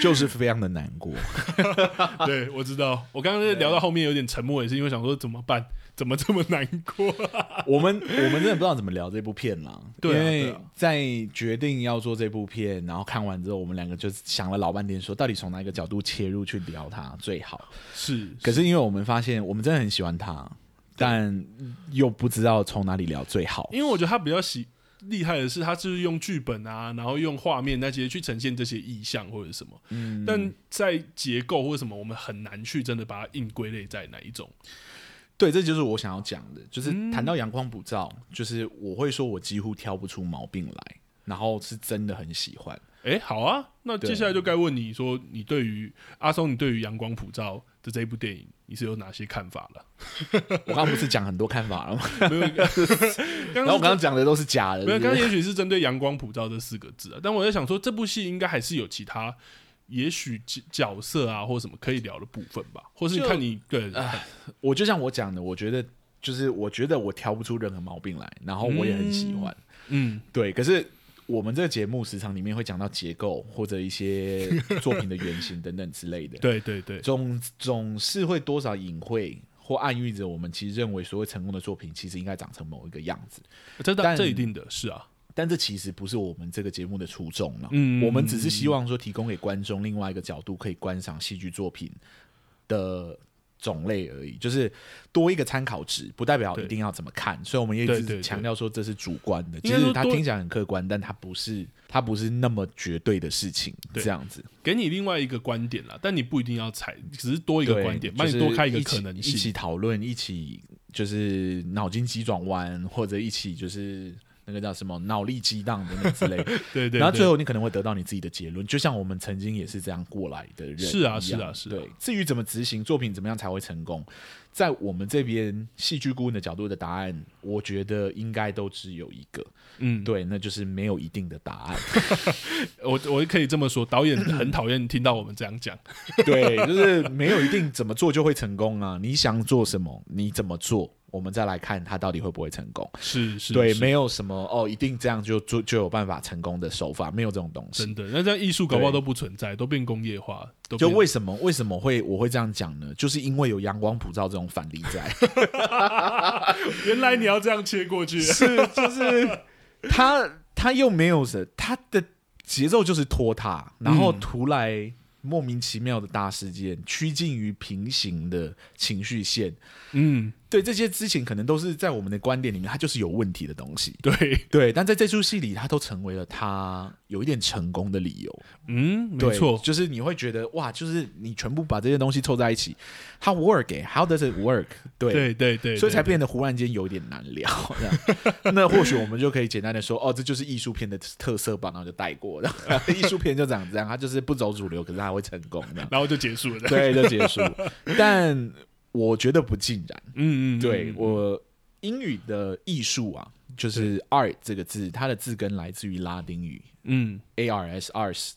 Speaker 2: 就是非常的难过。
Speaker 1: 对，我知道。我刚刚聊到后面有点沉默，也是因为想说怎么办？ 怎么这么难过？
Speaker 2: 我们我们真的不知道怎么聊这部片啦，
Speaker 1: 对啊
Speaker 2: 因
Speaker 1: 对
Speaker 2: 为
Speaker 1: 啊
Speaker 2: 在决定要做这部片，然后看完之后，我们两个就想了老半天，说到底从哪一个角度切入去聊它最好。
Speaker 1: 是，
Speaker 2: 可是因为我们发现，我们真的很喜欢它，但又不知道从哪里聊最好。
Speaker 1: 因为我觉得他比较喜厉害的是，他就是用剧本啊，然后用画面那些去呈现这些意象或者什么。嗯，但在结构或者什么，我们很难去真的把它硬归类在哪一种。
Speaker 2: 对，这就是我想要讲的，就是
Speaker 1: 嗯
Speaker 2: 谈到阳光普照，就是我会说我几乎挑不出毛病来，然后是真的很喜欢。
Speaker 1: 诶，好啊，那接下来就该问你说，你对于阿松，你对于《阳光普照》的这一部电影，你是有哪些看法了？
Speaker 2: 我刚刚不是讲很多看法了吗？
Speaker 1: 没有刚
Speaker 2: 然后我
Speaker 1: 刚
Speaker 2: 刚刚讲的都是假的，
Speaker 1: 没有，
Speaker 2: 是
Speaker 1: 刚刚
Speaker 2: 不是
Speaker 1: 也许是针对“阳光普照”这四个字啊， 但我在想说，这部戏应该还是有其他，也许角角色啊或什么可以聊的部分吧，或是
Speaker 2: 就
Speaker 1: 看你对
Speaker 2: 我就像我讲的，我觉得就是我觉得我挑不出任何毛病来，然后我也很喜欢。
Speaker 1: 嗯，
Speaker 2: 对，可是我们这个节目时常里面会讲到结构或者 一些作品的原型等等之类的，
Speaker 1: 对对对，
Speaker 2: 总总是会多少隐晦。或暗喻着我们其实认为所谓成功的作品，其实应该长成某一个样子。
Speaker 1: 这
Speaker 2: 但
Speaker 1: 这一定的是啊，
Speaker 2: 但这其实不是我们这个节目的初衷啊了。
Speaker 1: 嗯
Speaker 2: 我们只是希望说提供给观众另外一个角度可以观赏戏剧作品的种类而已，就是多一个参考值，不代表
Speaker 1: 对
Speaker 2: 一定要怎么看。所以我们也一
Speaker 1: 对对
Speaker 2: 直
Speaker 1: 对
Speaker 2: 强调说这是主观的，
Speaker 1: 应
Speaker 2: 其
Speaker 1: 该说
Speaker 2: 实它
Speaker 1: 多
Speaker 2: 听起来很客观，但它不是它不是那么绝对的事情，
Speaker 1: 对
Speaker 2: 这样子。
Speaker 1: 给你另外一个观点啦，但你不一定要采，只是多一个
Speaker 2: 对
Speaker 1: 观点，
Speaker 2: 就
Speaker 1: 帮你
Speaker 2: 是
Speaker 1: 多开一个
Speaker 2: 起
Speaker 1: 可能
Speaker 2: 一
Speaker 1: 性
Speaker 2: 起。讨论，一起就是脑筋急转弯，或者一起就是那个叫什么脑力激荡等等之类的。
Speaker 1: 对对对，
Speaker 2: 然后最后你可能会得到你自己的结论，就像我们曾经也是这样过来的人
Speaker 1: 是啊
Speaker 2: 一样
Speaker 1: 是啊是啊
Speaker 2: 对。至于怎么执行作品，怎么样才会成功，在我们这边戏剧顾问的角度的答案，我觉得应该都只有一个，
Speaker 1: 嗯，
Speaker 2: 对，那就是没有一定的答案。
Speaker 1: 我我可以这么说，导演很讨厌听到我们这样讲。
Speaker 2: 对，就是没有一定怎么做就会成功啊！你想做什么，你怎么做，我们再来看它到底会不会成功。
Speaker 1: 是是，
Speaker 2: 对，
Speaker 1: 是
Speaker 2: 没有什么哦，一定这样就做就有办法成功的手法，没有这种东西
Speaker 1: 真。的，那这样艺术搞不好都
Speaker 2: 对
Speaker 1: 不存在，都变工业化，都
Speaker 2: 就
Speaker 1: 变
Speaker 2: 为什么为什么会我会这样讲呢？就是因为有阳光普照这种反例 在，
Speaker 1: 原来你要这样切过去，
Speaker 2: 是就是他他又没有什他的节奏就是拖沓，然后
Speaker 1: 嗯
Speaker 2: 突来莫名其妙的大事件，趋近于平行的情绪线。
Speaker 1: 嗯，
Speaker 2: 对这些之前可能都是在我们的观点里面，它就是有问题的东西。
Speaker 1: 对，
Speaker 2: 对，但在这出戏里，它都成为了他有一点成功的理由。
Speaker 1: 嗯，没
Speaker 2: 对
Speaker 1: 错，
Speaker 2: 就是你会觉得哇，就是你全部把这些东西凑在一起，它 work，、欸、how does it work？对。
Speaker 1: 对对对，
Speaker 2: 所以才
Speaker 1: 对
Speaker 2: 变得忽然间有点难聊。 这样那或许我们就可以简单的说，哦，这就是艺术片的特色吧，然后就带过了。 艺术片就长这样，它就是不走主流，可是它会成功 的，
Speaker 1: 然后就结束了，
Speaker 2: 对，就结束。但我觉得不尽然。
Speaker 1: 嗯嗯，嗯
Speaker 2: 对
Speaker 1: 嗯
Speaker 2: 我英语的艺术啊，就是 art 这个字，它的字根来自于拉丁语
Speaker 1: 嗯
Speaker 2: a r s ars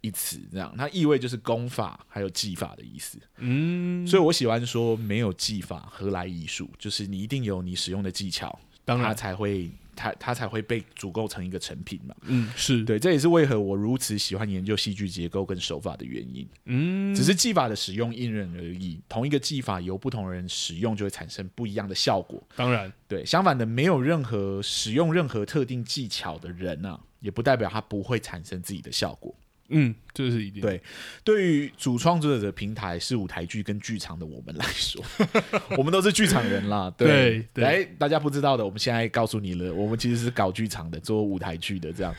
Speaker 2: 一词，这样它意味就是功法还有技法的意思。
Speaker 1: 嗯，
Speaker 2: 所以我喜欢说没有技法何来艺术？就是你一定有你使用的技巧，
Speaker 1: 当
Speaker 2: 它
Speaker 1: 然，
Speaker 2: 才会它它才会被组构成一个成品嘛。
Speaker 1: 嗯是，
Speaker 2: 对，这也是为何我如此喜欢研究戏剧结构跟手法的原因。
Speaker 1: 嗯
Speaker 2: 只是技法的使用因人而异，同一个技法由不同人使用就会产生不一样的效果。
Speaker 1: 当然，
Speaker 2: 对，相反的，没有任何使用任何特定技巧的人啊，也不代表他不会产生自己的效果。
Speaker 1: 嗯这是一定，
Speaker 2: 对对于主创作者的平台是舞台剧跟剧场的我们来说， 我们都是剧场人啦。对
Speaker 1: 对对
Speaker 2: 哎，大家不知道的，我们现在告诉你了，我们其实是搞剧场的，做舞台剧的这样。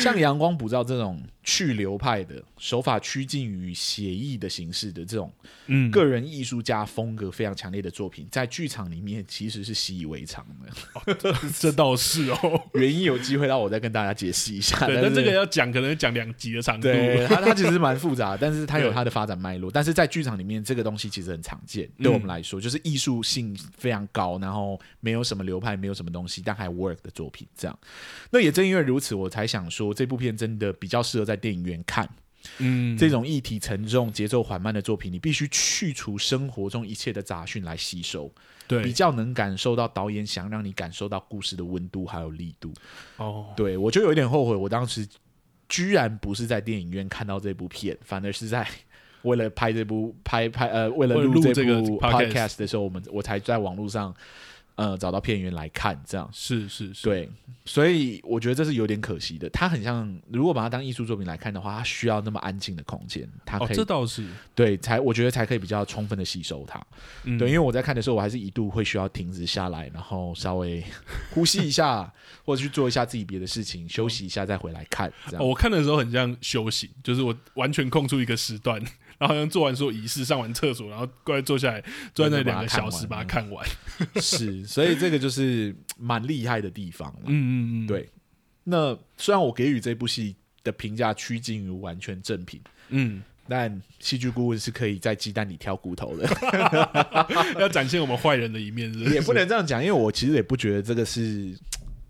Speaker 2: 像阳光普照这种去流派的手法趋近于写意的形式的这种
Speaker 1: 嗯
Speaker 2: 个人艺术家风格非常强烈的作品，在剧场里面其实是习以为常的。
Speaker 1: 这倒是哦，
Speaker 2: 原因有机会让我再跟大家解析一下。
Speaker 1: 对，
Speaker 2: 但
Speaker 1: 但
Speaker 2: 是
Speaker 1: 这个要讲可能讲两集的长度，
Speaker 2: 对它它其实蛮复杂，但是它有它的发展脉络。但是在剧场里面，这个东西其实很常见。
Speaker 1: 嗯
Speaker 2: 对我们来说，就是艺术性非常高，然后没有什么流派，没有什么东西，但还 work 的作品。这样，那也正因为如此，我才想说这部片真的比较适合在电影院看。
Speaker 1: 嗯，
Speaker 2: 这种议题沉重、节奏缓慢的作品，你必须去除生活中一切的杂讯来吸收，比
Speaker 1: 对
Speaker 2: 较能感受到导演想让你感受到故事的温度还有力度。
Speaker 1: 哦，
Speaker 2: 对我就有一点后悔，我当时居然不是在电影院看到这部片，反而是在 为了拍这部拍拍呃为了
Speaker 1: 为了
Speaker 2: 录
Speaker 1: 录
Speaker 2: 这
Speaker 1: 这个
Speaker 2: 部
Speaker 1: podcast
Speaker 2: podcast 的时候，我们我才在网络上呃找到片源来看，这样
Speaker 1: 是是是，
Speaker 2: 对，所以我觉得这是有点可惜的。它很像，如果把它当艺术作品来看的话，它需要那么安静的空间，它
Speaker 1: 哦
Speaker 2: 可以、
Speaker 1: 这倒是，
Speaker 2: 对才我觉得才可以比较充分的吸收它。
Speaker 1: 嗯
Speaker 2: 对，因为我在看的时候，我还是一度会需要停止下来，然后稍微 呼吸一下，或者去做一下自己别的事情，休息一下再回来看。这
Speaker 1: 哦，
Speaker 2: 样，
Speaker 1: 我看的时候很像休息，就是我完全空出一个时段， 然后好像做完所有仪式，上完厕所，然后过来坐下来，坐在那两个小时把它看完。
Speaker 2: 是，所以这个就是蛮厉害的地方了。
Speaker 1: 嗯嗯嗯，
Speaker 2: 对那虽然我给予这部戏的评价趋近于完全正品，
Speaker 1: 嗯，
Speaker 2: 但戏剧顾问是可以在鸡蛋里挑骨头 的，
Speaker 1: 要展现我们坏人的一面是是，
Speaker 2: 也不能这样讲，因为我其实也不觉得这个是。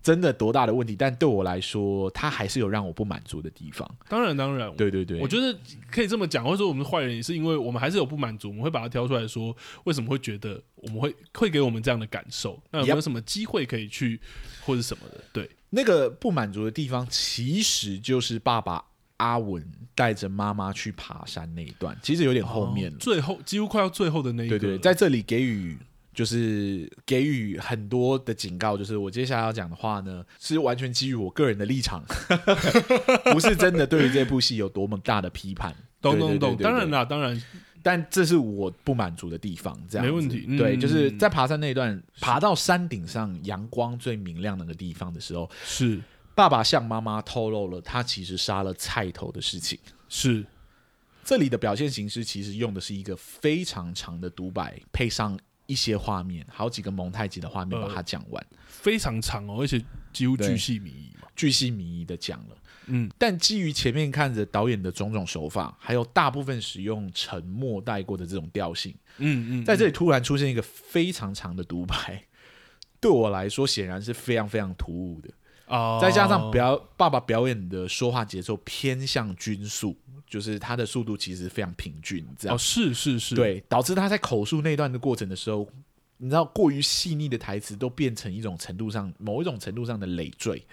Speaker 2: 真的多大的问题？但对我来说，它还是有让我不满足的地方。
Speaker 1: 当然当然，
Speaker 2: 对对对，
Speaker 1: 我觉得可以这么讲，或者说我们坏人也是因为我们还是有不满足，我们会把它挑出来说，为什么会觉得我们会会给我们这样的感受？那有没有
Speaker 2: Yep
Speaker 1: 什么机会可以去或者什么的？对，
Speaker 2: 那个不满足的地方，其实就是爸爸阿文带着妈妈去哦爬山那一段，其实有点后面了。
Speaker 1: 哦最后几乎快要最后的那一个，
Speaker 2: 对对，在这里给予就是给予很多的警告，就是我接下来要讲的话呢，是完全基于我个人的立场， 不是真的对于这部戏有多么大的批判。
Speaker 1: 懂
Speaker 2: 对
Speaker 1: 懂懂，当，
Speaker 2: 对对对
Speaker 1: 然
Speaker 2: 对
Speaker 1: 啦，当然
Speaker 2: 但这是我不满足的地方，这样
Speaker 1: 没问
Speaker 2: 子
Speaker 1: 题嗯
Speaker 2: 对，就是在爬山那一段，爬到山顶上阳光最明亮那个地方的时候，
Speaker 1: 是
Speaker 2: 爸爸向妈妈透露了他其实杀了菜头的事情。
Speaker 1: 是
Speaker 2: 这里的表现形式其实用的是一个非常长的独白，配上一些画面，好几个蒙太奇的画面
Speaker 1: 呃
Speaker 2: 把它讲完，
Speaker 1: 非常长哦，而且几乎巨细靡遗嘛。
Speaker 2: 巨细靡遗的讲了。
Speaker 1: 嗯，
Speaker 2: 但基于前面看着导演的种种手法，还有大部分使用沉默带过的这种调性，
Speaker 1: 嗯嗯，
Speaker 2: 在这里突然出现一个非常长的独白，对我来说显然是非常非常突兀的。
Speaker 1: 啊，
Speaker 2: 再加上表爸爸表演的说话节奏偏向均速，就是他的速度其实非常平均，这样
Speaker 1: 哦，是是是，，
Speaker 2: 对，导致他在口述那段的过程的时候，你知道过于细腻的台词都变成一种程度上某一种程度上的累赘，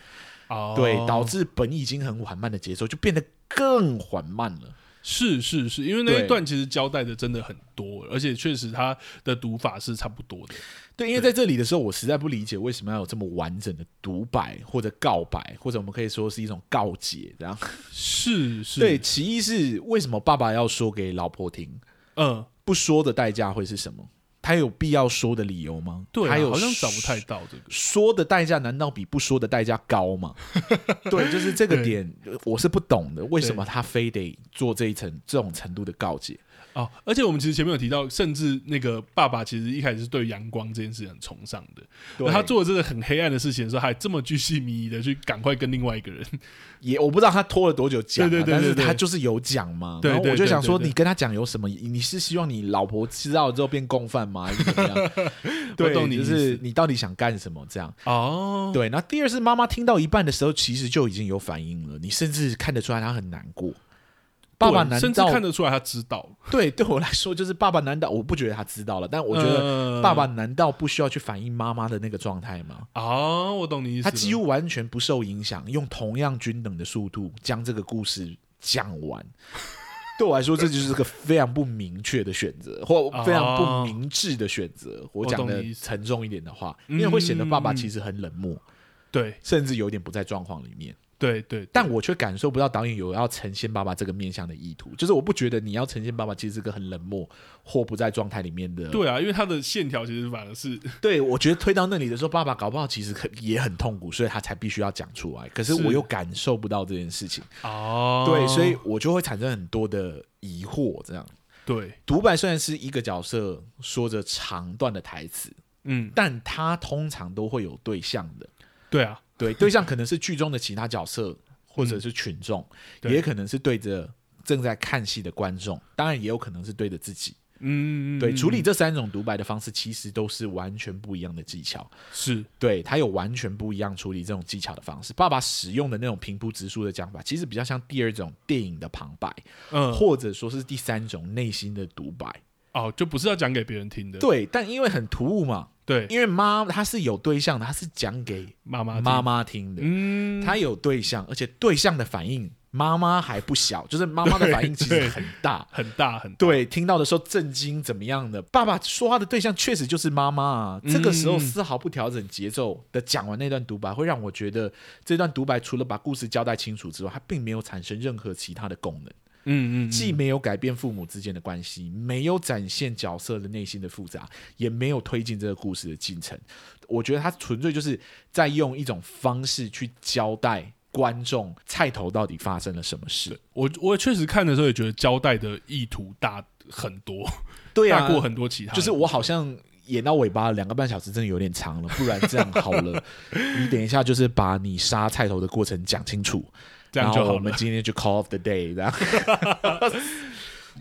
Speaker 1: 哦，
Speaker 2: 对，导致本已经很缓慢的节奏就变得更缓慢了。
Speaker 1: 是是是，因为那
Speaker 2: 对
Speaker 1: 一段其实交代的真的很多，而且确实他的读法是差不多的。
Speaker 2: 对，因为在这里的时候，我实在不理解为什么要有这么完整的独白或者告白，或者我们可以说是一种告解。然后，
Speaker 1: 是是，
Speaker 2: 对，，其一是为什么爸爸要说给老婆听，
Speaker 1: 嗯，
Speaker 2: 不说的代价会是什么？他有必要说的理由吗？
Speaker 1: 对啊，
Speaker 2: 他有
Speaker 1: 好像找不太到这个。
Speaker 2: 说的代价难道比不说的代价高 吗？对，就是这个
Speaker 1: 对
Speaker 2: 点，我是不懂的，为什么他非得做这一层这种程度的告诫？
Speaker 1: 哦，而且我们其实前面有提到，甚至那个爸爸其实一开始是对阳光这件事很崇尚的，
Speaker 2: 对
Speaker 1: 那他做这个很黑暗的事情的时候，还这么巨细靡遗的去赶快跟另外一个人，
Speaker 2: 也我不知道他拖了多久讲啊、
Speaker 1: 对对对
Speaker 2: 但是
Speaker 1: 对对
Speaker 2: 他就是有讲嘛。
Speaker 1: 对对
Speaker 2: 然后我就想说，
Speaker 1: 对对对
Speaker 2: 你跟他讲有什么？你是希望你老婆知道之后变共犯吗？还是怎么样？对，
Speaker 1: 我懂你
Speaker 2: 就
Speaker 1: 意思
Speaker 2: 是你到底想干什么？这样
Speaker 1: 哦，
Speaker 2: 对。然后第二是妈妈听到一半的时候，其实就已经有反应了，你甚至看得出来她很难过。爸爸难
Speaker 1: 甚至
Speaker 2: 道
Speaker 1: 看得出来他知道，
Speaker 2: 对对我来说，就是爸爸难道我不觉得他知道了？但我觉得
Speaker 1: 呃
Speaker 2: 爸爸难道不需要去反映妈妈的那个状态吗？
Speaker 1: 哦，我懂你意思
Speaker 2: 他
Speaker 1: 了，
Speaker 2: 几乎完全不受影响，用同样均等的速度将这个故事讲完。 对我来说，这就是个非常不明确的选择，或
Speaker 1: 哦
Speaker 2: 非常不明智的选择。我讲
Speaker 1: 我
Speaker 2: 的
Speaker 1: 懂你意思嗯
Speaker 2: 沉重一点的话，因为会显得爸爸其实很冷漠，
Speaker 1: 对
Speaker 2: 甚至有点不在状况里面。
Speaker 1: 对对，
Speaker 2: 但我却感受不到导演有要呈现爸爸这个面向的意图，就是我不觉得你要呈现爸爸其实是个很冷漠或不在状态里面的。
Speaker 1: 对啊，因为他的线条其实反而是
Speaker 2: 对，我觉得推到那里的时候，爸爸搞不好其实可也很痛苦，所以他才必须要讲出来。可是
Speaker 1: 是
Speaker 2: 我又感受不到这件事情，
Speaker 1: 哦，
Speaker 2: 对，所以我就会产生很多的疑惑。这样，
Speaker 1: 对，
Speaker 2: 独白虽然是一个角色说着长段的台词，
Speaker 1: 嗯，
Speaker 2: 但他通常都会有对象的，
Speaker 1: 对啊，
Speaker 2: 对，对象可能是剧中的其他角色，或者是群众，
Speaker 1: 嗯对
Speaker 2: 也可能是对着正在看戏的观众，当然也有可能是对着自己。
Speaker 1: 嗯，
Speaker 2: 对，
Speaker 1: 嗯
Speaker 2: 处理这三种独白的方式，其实都是完全不一样的技巧。
Speaker 1: 是
Speaker 2: 对他有完全不一样处理这种技巧的方式。爸爸使用的那种平铺直述的讲法，其实比较像第二种电影的旁白，
Speaker 1: 嗯
Speaker 2: 或者说是第三种内心的独白。
Speaker 1: 哦，就不是要讲给别人听的，
Speaker 2: 对，但因为很突兀嘛，
Speaker 1: 对，
Speaker 2: 因为妈她是有对象的，她是讲给
Speaker 1: 妈妈
Speaker 2: 妈
Speaker 1: 妈，
Speaker 2: 妈听的，
Speaker 1: 嗯，
Speaker 2: 她有对象，而且对象的反应妈妈还不小，就是妈妈的反应其实
Speaker 1: 对
Speaker 2: 很大。
Speaker 1: 很大很大，
Speaker 2: 对，听到的时候震惊怎么样的？爸爸说话的对象确实就是妈妈啊。这个时候
Speaker 1: 嗯
Speaker 2: 丝毫不调整节奏的讲完那段独白，会让我觉得这段独白除了把故事交代清楚之外，它并没有产生任何其他的功能，
Speaker 1: 嗯嗯嗯，
Speaker 2: 既没有改变父母之间的关系，没有展现角色的内心的复杂，也没有推进这个故事的进程。我觉得它纯粹就是在用一种方式去交代观众菜头到底发生了什么事。
Speaker 1: 我我确实看的时候也觉得交代的意图大很多，
Speaker 2: 对
Speaker 1: 大过很多其他人，
Speaker 2: 就是我好像演到尾巴了两个半小时，真的有点长了。不然这样好了，你等一下就是把你杀菜头的过程讲清楚，
Speaker 1: 这样就
Speaker 2: 然后
Speaker 1: 好
Speaker 2: 我们
Speaker 1: 了。
Speaker 2: 今天就 call off the day，然后。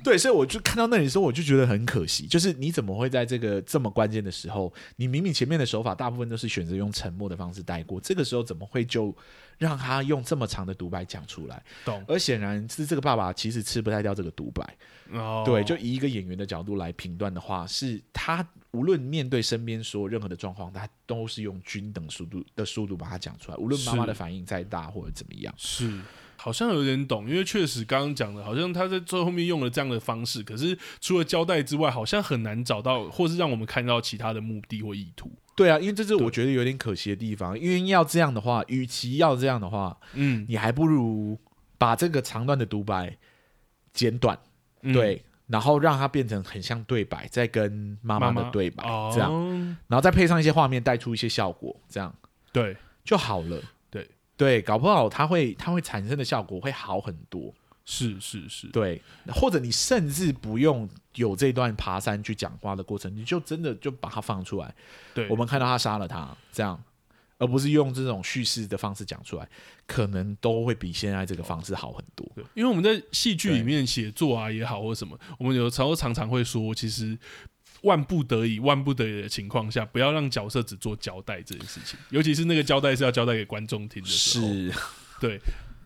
Speaker 2: 对，所以我就看到那里的时候，我就觉得很可惜，就是你怎么会在这个这么关键的时候，你明明前面的手法大部分都是选择用沉默的方式带过，这个时候怎么会就让他用这么长的独白讲出来？
Speaker 1: 懂
Speaker 2: 而显然是这个爸爸其实吃不太掉这个独白，
Speaker 1: 哦，
Speaker 2: 对，就以一个演员的角度来评断的话，是他无论面对身边所有任何的状况，他都是用均等速度的速度把它讲出来，无论妈妈
Speaker 1: 是
Speaker 2: 的反应再大或者怎么样。
Speaker 1: 是好像有点懂，因为确实刚刚讲的，好像他在最后面用了这样的方式，可是除了交代之外，好像很难找到，或是让我们看到其他的目的或意图。
Speaker 2: 对啊，因为这是我觉得有点可惜的地方。因为要这样的话，与其要这样的话，
Speaker 1: 嗯，
Speaker 2: 你还不如把这个长段的独白简短，
Speaker 1: 嗯，
Speaker 2: 对，然后让它变成很像对白，再跟妈妈
Speaker 1: 妈
Speaker 2: 的对白
Speaker 1: 哦，
Speaker 2: 这样，然后再配上一些画面，带出一些效果，这样
Speaker 1: 对，
Speaker 2: 就好了。
Speaker 1: 对
Speaker 2: 对，搞不好它会它会产生的效果会好很多。
Speaker 1: 是是是，
Speaker 2: 对，或者你甚至不用有这段爬山去讲话的过程，你就真的就把它放出来。
Speaker 1: 对，
Speaker 2: 我们看到他杀了他，这样，而不是用这种叙事的方式讲出来，可能都会比现在这个方式好很多。
Speaker 1: 对，因为我们在戏剧里面写作啊也好或什么，我们有时候常常会说，其实万不得已、万不得已的情况下，不要让角色只做交代这件事情，尤其是那个交代是要交代给观众听的时候。
Speaker 2: 是，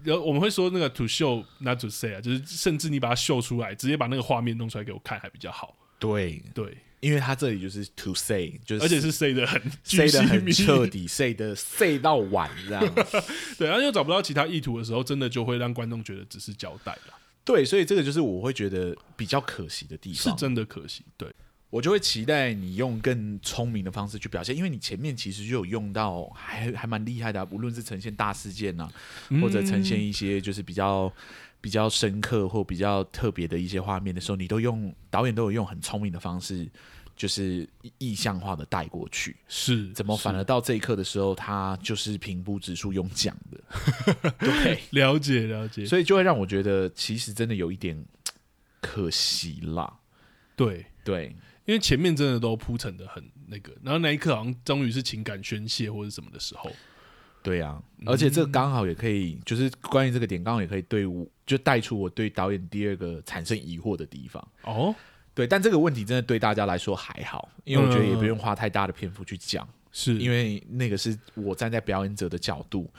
Speaker 1: 然后我们会说那个 to show not to say 啊，就是甚至你把它秀出来，直接把那个画面弄出来给我看还比较好。
Speaker 2: 对，
Speaker 1: 对，
Speaker 2: 因为他这里就是 to say，就是
Speaker 1: 而且是 say 的很
Speaker 2: say 的很
Speaker 1: 巨细靡
Speaker 2: 彻
Speaker 1: 遗
Speaker 2: 底，say 的 say 到晚这样。
Speaker 1: 对，然后又找不到其他意图的时候，真的就会让观众觉得只是交代了，
Speaker 2: 对，所以这个就是我会觉得比较可惜的地
Speaker 1: 是
Speaker 2: 方。
Speaker 1: 真的可惜。对，
Speaker 2: 我就会期待你用更聪明的方式去表现，因为你前面其实就有用到还还蛮厉害的啊、无论是呈现大事件啊，或者呈现一些就是比较比较深刻或比较特别的一些画面的时候，你都用导演都有用很聪明的方式，就是意意象化的带过去。
Speaker 1: 是
Speaker 2: 怎么
Speaker 1: 是
Speaker 2: 反而到这一刻的时候，他就是平铺直述用讲的，对，
Speaker 1: 了解了解？
Speaker 2: 所以就会让我觉得其实真的有一点可惜啦，
Speaker 1: 对，
Speaker 2: 对。
Speaker 1: 因为前面真的都铺陈的很那个，然后那一刻好像终于是情感宣泄或者什么的时候，
Speaker 2: 对啊，而且这个刚好也可以，就是关于这个点，刚好也可以对我就带出我对导演第二个产生疑惑的地方。
Speaker 1: 哦，
Speaker 2: 对，但这个问题真的对大家来说还好，因为我觉得也不用花太大的篇幅去讲，
Speaker 1: 是
Speaker 2: 因为那个是我站在表演者的角度，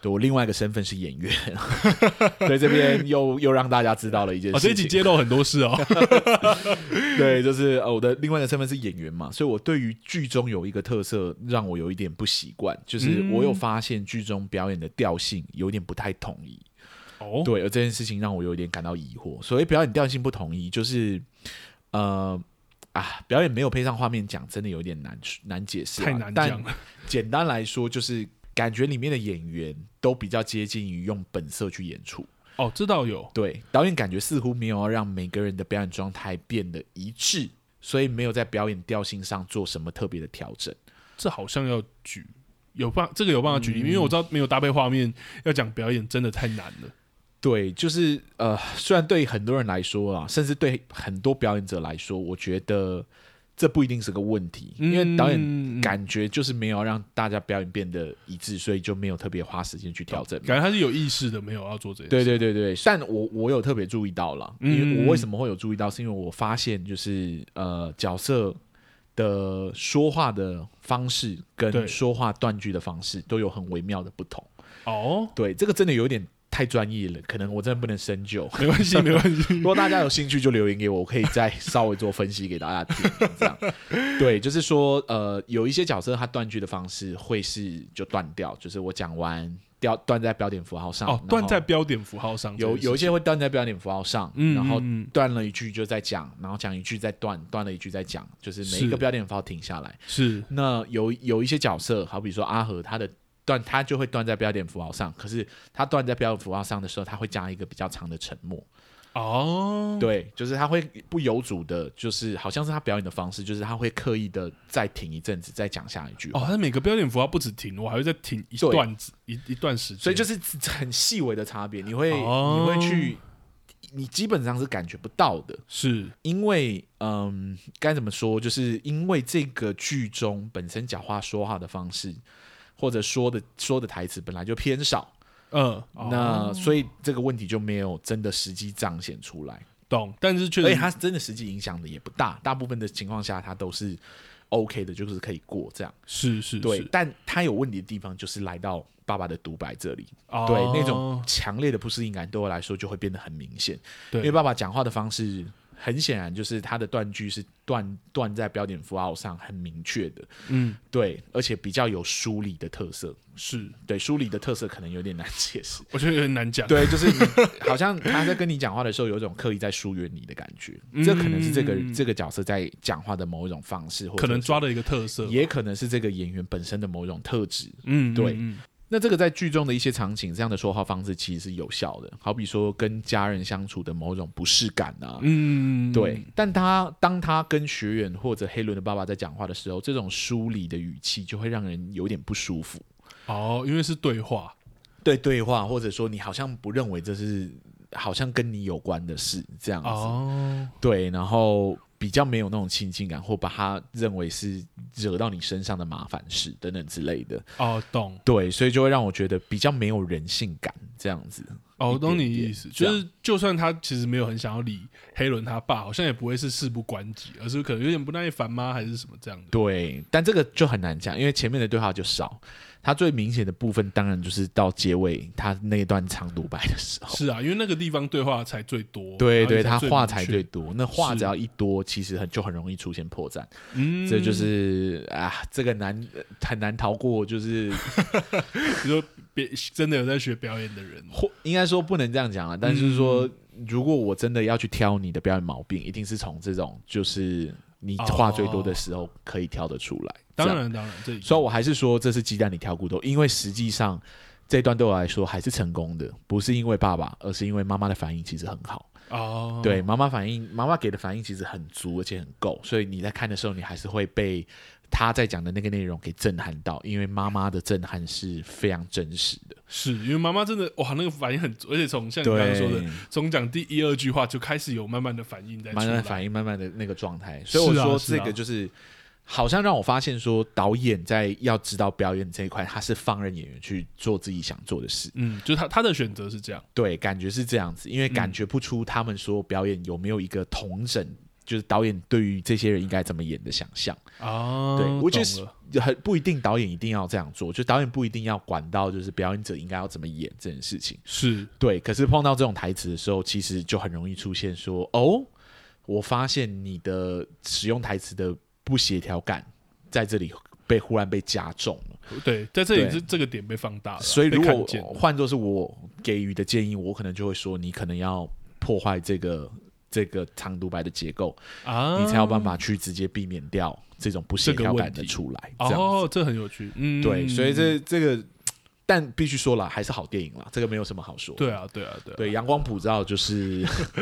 Speaker 2: 对我另外一个身份是演员，对这边又又让大家知道了一件
Speaker 1: 哦
Speaker 2: 事
Speaker 1: 这
Speaker 2: 情。
Speaker 1: 一集揭露很多事哦，
Speaker 2: 对，就是呃，我的另外的身份是演员嘛，所以我对于剧中有一个特色让我有一点不习惯，就是我有发现剧中表演的调性有点不太统一。
Speaker 1: 哦，
Speaker 2: 对，而这件事情让我有点感到疑惑。所谓表演调性不统一，就是呃啊，表演没有配上画面讲，真的有点难难解释啊、
Speaker 1: 太难
Speaker 2: 但
Speaker 1: 讲了，
Speaker 2: 简单来说，就是感觉里面的演员都比较接近于用本色去演出。
Speaker 1: 哦，这倒有，
Speaker 2: 对，导演感觉似乎没有要让每个人的表演状态变得一致，所以没有在表演调性上做什么特别的调整。
Speaker 1: 这好像要举有办这个有办法举例，因为我知道没有搭配画面要讲表演真的太难了，
Speaker 2: 对，就是呃，虽然对很多人来说啊，甚至对很多表演者来说，我觉得这不一定是个问题，因为导演
Speaker 1: 嗯
Speaker 2: 感觉就是没有让大家表演变得一致，所以就没有特别花时间去调整嘛。
Speaker 1: 感觉他是有意识的，没有要做这件
Speaker 2: 对
Speaker 1: 事，
Speaker 2: 对对对，但我我有特别注意到了，因为
Speaker 1: 嗯
Speaker 2: 我为什么会有注意到，是因为我发现就是呃角色的说话的方式
Speaker 1: 对
Speaker 2: 跟说话断句的方式都有很微妙的不同。
Speaker 1: 哦，
Speaker 2: 对，这个真的有点太专业了，可能我真的不能深究。
Speaker 1: 没关系没关 系，
Speaker 2: 如果大家有兴趣，就留言给我，我可以再稍微做分析给大家听。这样，对，就是说，呃，有一些角色他断句的方式会是就断掉，就是我讲完掉断在标点符号上，然
Speaker 1: 哦
Speaker 2: 后，
Speaker 1: 断在标点符号上这
Speaker 2: 有
Speaker 1: 件事情，
Speaker 2: 有一些会断在标点符号上，
Speaker 1: 嗯，嗯，
Speaker 2: 然后
Speaker 1: 嗯
Speaker 2: 断了一句就再讲，然后讲一句再断，断了一句再讲，就是每
Speaker 1: 是
Speaker 2: 一个标点符号停下来。
Speaker 1: 是
Speaker 2: 那有有一些角色，好比说阿和，他的断他就会断在标点符号上，可是他断在标点符号上的时候，他会加一个比较长的沉默。
Speaker 1: 哦，
Speaker 2: 对，就是他会不由主的，就是好像是他表演的方式，就是他会刻意的再停一阵子，再讲下一句话。
Speaker 1: 哦，它每个标点符号不止停，我还会再停一
Speaker 2: 对
Speaker 1: 段子一一段时间，
Speaker 2: 所以就是很细微的差别，你会、
Speaker 1: 哦
Speaker 2: 你会去，你基本上是感觉不到的，
Speaker 1: 是
Speaker 2: 因为嗯，该怎么说，就是因为这个剧中本身讲话说话的方式，或者说的说的台词本来就偏少，
Speaker 1: 嗯，哦
Speaker 2: 那所以这个问题就没有真的实际彰显出来。
Speaker 1: 懂，但是确
Speaker 2: 而
Speaker 1: 实
Speaker 2: 且哎它真的实际影响的也不大，大部分的情况下它都是 OK 的，就是可以过这样。
Speaker 1: 是是
Speaker 2: 对，
Speaker 1: 是
Speaker 2: 但它有问题的地方就是来到爸爸的独白这里，
Speaker 1: 哦
Speaker 2: 对那种强烈的不适应感对我来说就会变得很明显，
Speaker 1: 对
Speaker 2: 因为爸爸讲话的方式很显然就是它的断句是断断在标点符号上很明确的，
Speaker 1: 嗯，
Speaker 2: 对，而且比较有梳理的特色。
Speaker 1: 是，
Speaker 2: 对，梳理的特色可能有点难解释。
Speaker 1: 我觉得有点难讲。
Speaker 2: 对，就是你好像他在跟你讲话的时候，有一种刻意在疏远你的感觉。这可能是这个
Speaker 1: 嗯
Speaker 2: 这个角色在讲话的某一种方式，或者
Speaker 1: 可能
Speaker 2: 是
Speaker 1: 抓的一个特色。
Speaker 2: 也可能是这个演员本身的某一种特质。
Speaker 1: 嗯，
Speaker 2: 对
Speaker 1: 嗯，嗯
Speaker 2: 那这个在剧中的一些场景，这样的说话方式其实是有效的，好比说跟家人相处的某种不适感啊。
Speaker 1: 嗯，
Speaker 2: 对，但他当他跟学员或者黑伦的爸爸在讲话的时候，这种疏离的语气就会让人有点不舒服。
Speaker 1: 哦，因为是对话，
Speaker 2: 对对话，或者说你好像不认为这是好像跟你有关的事这样子，
Speaker 1: 哦，
Speaker 2: 对，然后比较没有那种亲近感，或把他认为是惹到你身上的麻烦事等等之类的，
Speaker 1: 哦，懂，
Speaker 2: 对，所以就会让我觉得比较没有人性感这样子，
Speaker 1: 哦，
Speaker 2: 一点
Speaker 1: 懂你
Speaker 2: 点
Speaker 1: 意思，
Speaker 2: 这
Speaker 1: 就
Speaker 2: 样
Speaker 1: 是就算他其实没有很想要理黑伦他爸，好像也不会是事不关己，而是可能有点不耐烦吗，还是什么这样的？
Speaker 2: 对，但这个就很难讲，因为前面的对话就少，它最明显的部分当然就是到结尾他那段长独白的时候。
Speaker 1: 是啊，因为那个地方对话才最多，
Speaker 2: 对
Speaker 1: 然后
Speaker 2: 对，
Speaker 1: 也
Speaker 2: 他
Speaker 1: 最
Speaker 2: 话
Speaker 1: 明
Speaker 2: 才
Speaker 1: 确
Speaker 2: 最，多，那话
Speaker 1: 是
Speaker 2: 只要一多，其实很就很容易出现破绽。
Speaker 1: 嗯，
Speaker 2: 这就是啊，这个难呃很难逃过，就是
Speaker 1: 你说别真的有在学表演的人，
Speaker 2: 或应该说不能这样讲啊。但是
Speaker 1: 嗯
Speaker 2: 说，如果我真的要去挑你的表演毛病，一定是从这种就是你话最多的时候可以挑得出来。
Speaker 1: 哦当
Speaker 2: 这样，
Speaker 1: 然当然，这一定
Speaker 2: 所以我还是说这是鸡蛋里挑骨头，因为实际上这段对我来说还是成功的，不是因为爸爸，而是因为妈妈的反应其实很好。
Speaker 1: 哦，
Speaker 2: 对，妈妈反应，妈妈给的反应其实很足，而且很够，所以你在看的时候，你还是会被她在讲的那个内容给震撼到，因为妈妈的震撼是非常真实的。
Speaker 1: 是因为妈妈真的哇，那个反应很足，而且从像你刚刚说的，从讲第一二句话就开始有慢慢的反应在出
Speaker 2: 慢慢
Speaker 1: 来，
Speaker 2: 的反应，慢慢的那个状态，所以我
Speaker 1: 是啊
Speaker 2: 说
Speaker 1: 是
Speaker 2: 这
Speaker 1: 啊
Speaker 2: 个就是。好像让我发现说，导演在要指导表演这一块，他是放任演员去做自己想做的事，
Speaker 1: 嗯，就他他的选择是这样，
Speaker 2: 对，感觉是这样子，因为
Speaker 1: 嗯
Speaker 2: 感觉不出他们说表演有没有一个同整，就是导演对于这些人应该怎么演的想象。
Speaker 1: 哦，
Speaker 2: 对，我觉
Speaker 1: 懂
Speaker 2: 得
Speaker 1: 了
Speaker 2: 很不一定，导演一定要这样做，就导演不一定要管到就是表演者应该要怎么演这件事情。
Speaker 1: 是
Speaker 2: 对，可是碰到这种台词的时候，其实就很容易出现说，哦，我发现你的使用台词的不协调感在这里被忽然被加重了。
Speaker 1: 对，在这里
Speaker 2: 对
Speaker 1: 是这个点被放大了，
Speaker 2: 所以如
Speaker 1: 被看见
Speaker 2: 果换作是我给予的建议，我可能就会说，你可能要破坏这个。这个长独白的结构，
Speaker 1: 啊，
Speaker 2: 你才有办法去直接避免掉这种不协
Speaker 1: 这个
Speaker 2: 调
Speaker 1: 问
Speaker 2: 感的
Speaker 1: 题
Speaker 2: 出来。这样子
Speaker 1: 哦，这很有趣，嗯，
Speaker 2: 对，所以这这个，但必须说了，还是好电影啦，这个没有什么好说。
Speaker 1: 对啊，对啊，对啊，
Speaker 2: 对，《阳光普照》就是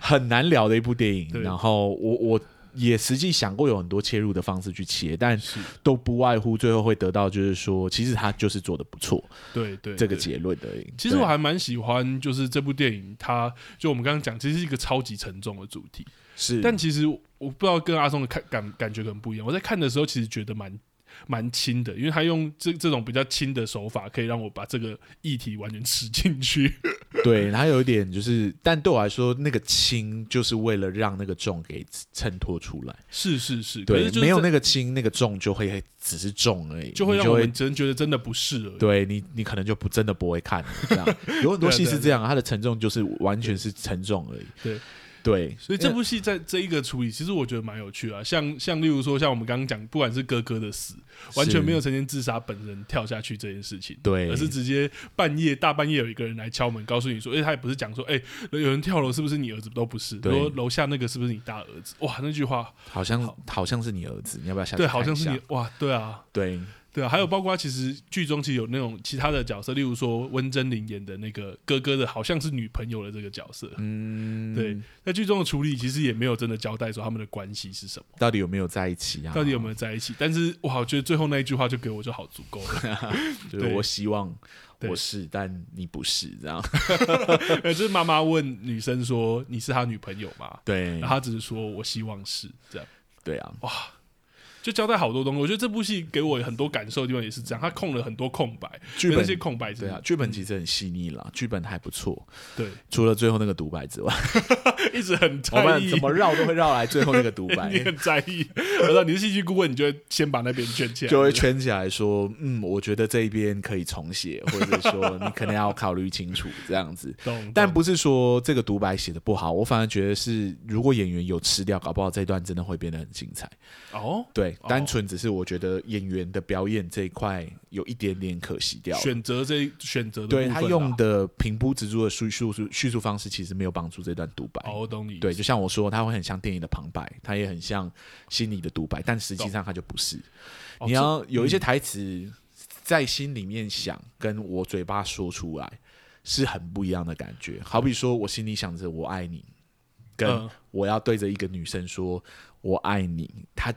Speaker 2: 很难聊的一部电影。
Speaker 1: 对
Speaker 2: 然后我我也实际想过有很多切入的方式去切，但都不外乎最后会得到就是说，其实他就是做的不错
Speaker 1: 对对，
Speaker 2: 这个
Speaker 1: 对
Speaker 2: 结论而已。
Speaker 1: 其实
Speaker 2: 对
Speaker 1: 我还蛮喜欢，就是这部电影它，就我们刚刚讲，其实是一个超级沉重的主题，
Speaker 2: 是，
Speaker 1: 但其实我不知道跟阿松的看感感觉可能不一样。我在看的时候，其实觉得蛮蛮轻的，因为他用这这种比较轻的手法，可以让我把这个议题完全吃进去。
Speaker 2: 对他有一点就是，但对我来说，那个轻就是为了让那个重给衬托出来。
Speaker 1: 是是是，可
Speaker 2: 对
Speaker 1: 是，就是
Speaker 2: 没有
Speaker 1: 这
Speaker 2: 那个轻，那个重就会只是重而已，
Speaker 1: 就会
Speaker 2: 你
Speaker 1: 让我们真觉得真的不适而已。
Speaker 2: 对你，你可能就不真的不 会看这样。有很多戏是这样，它的沉重就是完全是沉重而已。
Speaker 1: 对啊
Speaker 2: 对，
Speaker 1: 所以这部戏在这一个处理，其实我觉得蛮有趣的、啊。像像例如说，像我们刚刚讲，不管是哥哥的死，完全没有呈现自杀本人跳下去这件事情，
Speaker 2: 对
Speaker 1: 而是直接半夜大半夜有一个人来敲门，告诉你说，哎、他也不是讲说，哎、有人跳楼是不是你儿子？都不是，
Speaker 2: 对
Speaker 1: 说楼下那个是不是你大儿子？哇，那句话，
Speaker 2: 好像
Speaker 1: 好
Speaker 2: 好像是你儿子，你要不要下去
Speaker 1: 对，
Speaker 2: 看
Speaker 1: 好像
Speaker 2: 一
Speaker 1: 是
Speaker 2: 下
Speaker 1: 你，哇，对啊。
Speaker 2: 对
Speaker 1: 对啊，还有包括其实剧中其实有那种其他的角色，例如说温真菱演的那个哥哥的，好像是女朋友的这个角色，
Speaker 2: 嗯
Speaker 1: 对，在剧中的处理其实也没有真的交代说他们的关系是什么。
Speaker 2: 到底有没有在一起啊？
Speaker 1: 到底有没有在一起？但是哇，我觉得最后那一句话就给我就好足够了，
Speaker 2: 就是
Speaker 1: 对
Speaker 2: 我希望
Speaker 1: 对
Speaker 2: 我是，但你不是这 样。
Speaker 1: 就是妈妈问女生说：“你是他女朋友吗？”
Speaker 2: 对
Speaker 1: 然后她只是说：“我希望是这样。
Speaker 2: 对啊，
Speaker 1: 哇，就交代好多东西。我觉得这部戏给我很多感受的地方也是这样，他空了很多空白，
Speaker 2: 剧
Speaker 1: 那
Speaker 2: 本
Speaker 1: 些空白是
Speaker 2: 对啊，剧本其实很细腻啦，剧本还不错，
Speaker 1: 对，
Speaker 2: 除了最后那个独白之外，
Speaker 1: 一直很
Speaker 2: 啊我
Speaker 1: 在
Speaker 2: 们
Speaker 1: 意
Speaker 2: 怎。么绕都会绕来最后那个独 白
Speaker 1: 你，很在意，我知道你是戏剧顾问，你就会先把那边圈起来，
Speaker 2: 就会圈起来说，嗯，我觉得这一边可以重写，或者说你可能要考虑清楚这样 子。
Speaker 1: 懂。
Speaker 2: 但
Speaker 1: 懂
Speaker 2: 不是说这个独白写的不好，我反而觉得是，如果演员有吃掉，搞不好这段真的会变得很精彩。
Speaker 1: 哦，
Speaker 2: 对
Speaker 1: 哦，
Speaker 2: 单纯只是我觉得演员的表演这一块有一点点可惜掉了。
Speaker 1: 选择这一选择的
Speaker 2: 对
Speaker 1: 部
Speaker 2: 他
Speaker 1: 分啊
Speaker 2: 用
Speaker 1: 啦
Speaker 2: 的平铺直述的叙述叙述方式，其实没有帮助这段独白。
Speaker 1: 哦，我懂你
Speaker 2: 对，就像我说，他会很像电影的旁白，他也很像心理的独白，但实际上他就不是。
Speaker 1: 哦
Speaker 2: 你
Speaker 1: 这
Speaker 2: 要有一些台词在心里面想，跟我嘴巴说出来是很不一样的感觉。好比说我心里想着我爱你，跟
Speaker 1: 嗯
Speaker 2: 我要对着一个女生说我爱你，它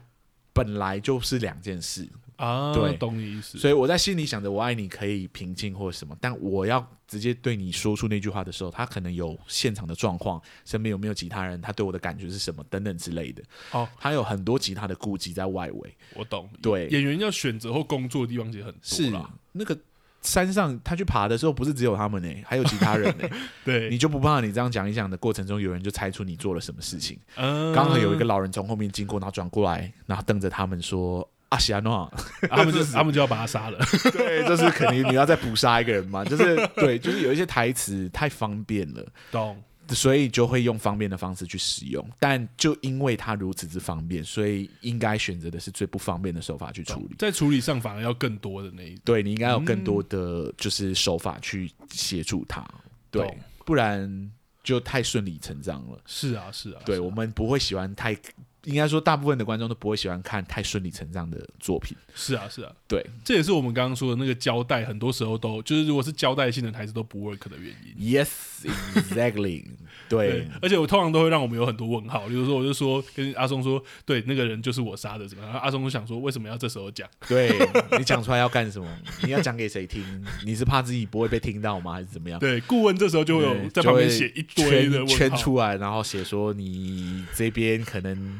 Speaker 2: 本来就是两件事。
Speaker 1: 啊，
Speaker 2: 对
Speaker 1: 懂你意思。
Speaker 2: 所以我在心里想着我爱你可以平静或什么，但我要直接对你说出那句话的时候，他可能有现场的状况，身边有没有其他人，他对我的感觉是什么等等之类的。
Speaker 1: 哦，
Speaker 2: 他有很多其他的顾忌在外围。
Speaker 1: 我懂。
Speaker 2: 对，
Speaker 1: 演员要选择或工作的地方其实很
Speaker 2: 是
Speaker 1: 多啦，
Speaker 2: 那个山上他去爬的时候，不是只有他们呢、 还有其他人呢、你
Speaker 1: 对，
Speaker 2: 就不怕你这样讲一讲的过程中，有人就猜出你做了什么事情？
Speaker 1: 嗯
Speaker 2: 刚好有一个老人从后面经过，然后转过来，然后瞪着他们说。啊阿西安诺，
Speaker 1: 他 们就他们就要把他杀了。
Speaker 2: 对，就是肯定你要再捕杀一个人嘛，就是对，就是有一些台词太方便了，
Speaker 1: 懂，
Speaker 2: 所以就会用方便的方式去使用。但就因为它如此之方便，所以应该选择的是最不方便的手法去处理。
Speaker 1: 在处理上反而要更多的那一
Speaker 2: 对你应该有更
Speaker 1: 嗯
Speaker 2: 多的就是手法去协助他，对
Speaker 1: 懂，
Speaker 2: 不然就太顺理成章了。
Speaker 1: 是啊是啊，
Speaker 2: 对
Speaker 1: 是啊
Speaker 2: 我们不会喜欢太，应该说大部分的观众都不会喜欢看太顺理成章的作品。
Speaker 1: 是啊是啊，
Speaker 2: 对
Speaker 1: 这也是我们刚刚说的那个交代，很多时候都就是如果是交代性的台词都不 work 的原因。
Speaker 2: ，Yes, exactly，对，
Speaker 1: 而且我通常都会让我们有很多问号，比如说我就说跟阿松说，对，那个人就是我杀的，怎么样？然后阿松就想说，为什么要这时候讲？
Speaker 2: 对你讲出来要干什么？你要讲给谁听？你是怕自己不会被听到吗？还是怎么样？
Speaker 1: 对，顾问这时候就会有
Speaker 2: 对
Speaker 1: 在
Speaker 2: 就
Speaker 1: 旁边
Speaker 2: 会
Speaker 1: 写一堆的
Speaker 2: 圈
Speaker 1: 问
Speaker 2: 圈
Speaker 1: 号。
Speaker 2: 出来，然后写说你这边可能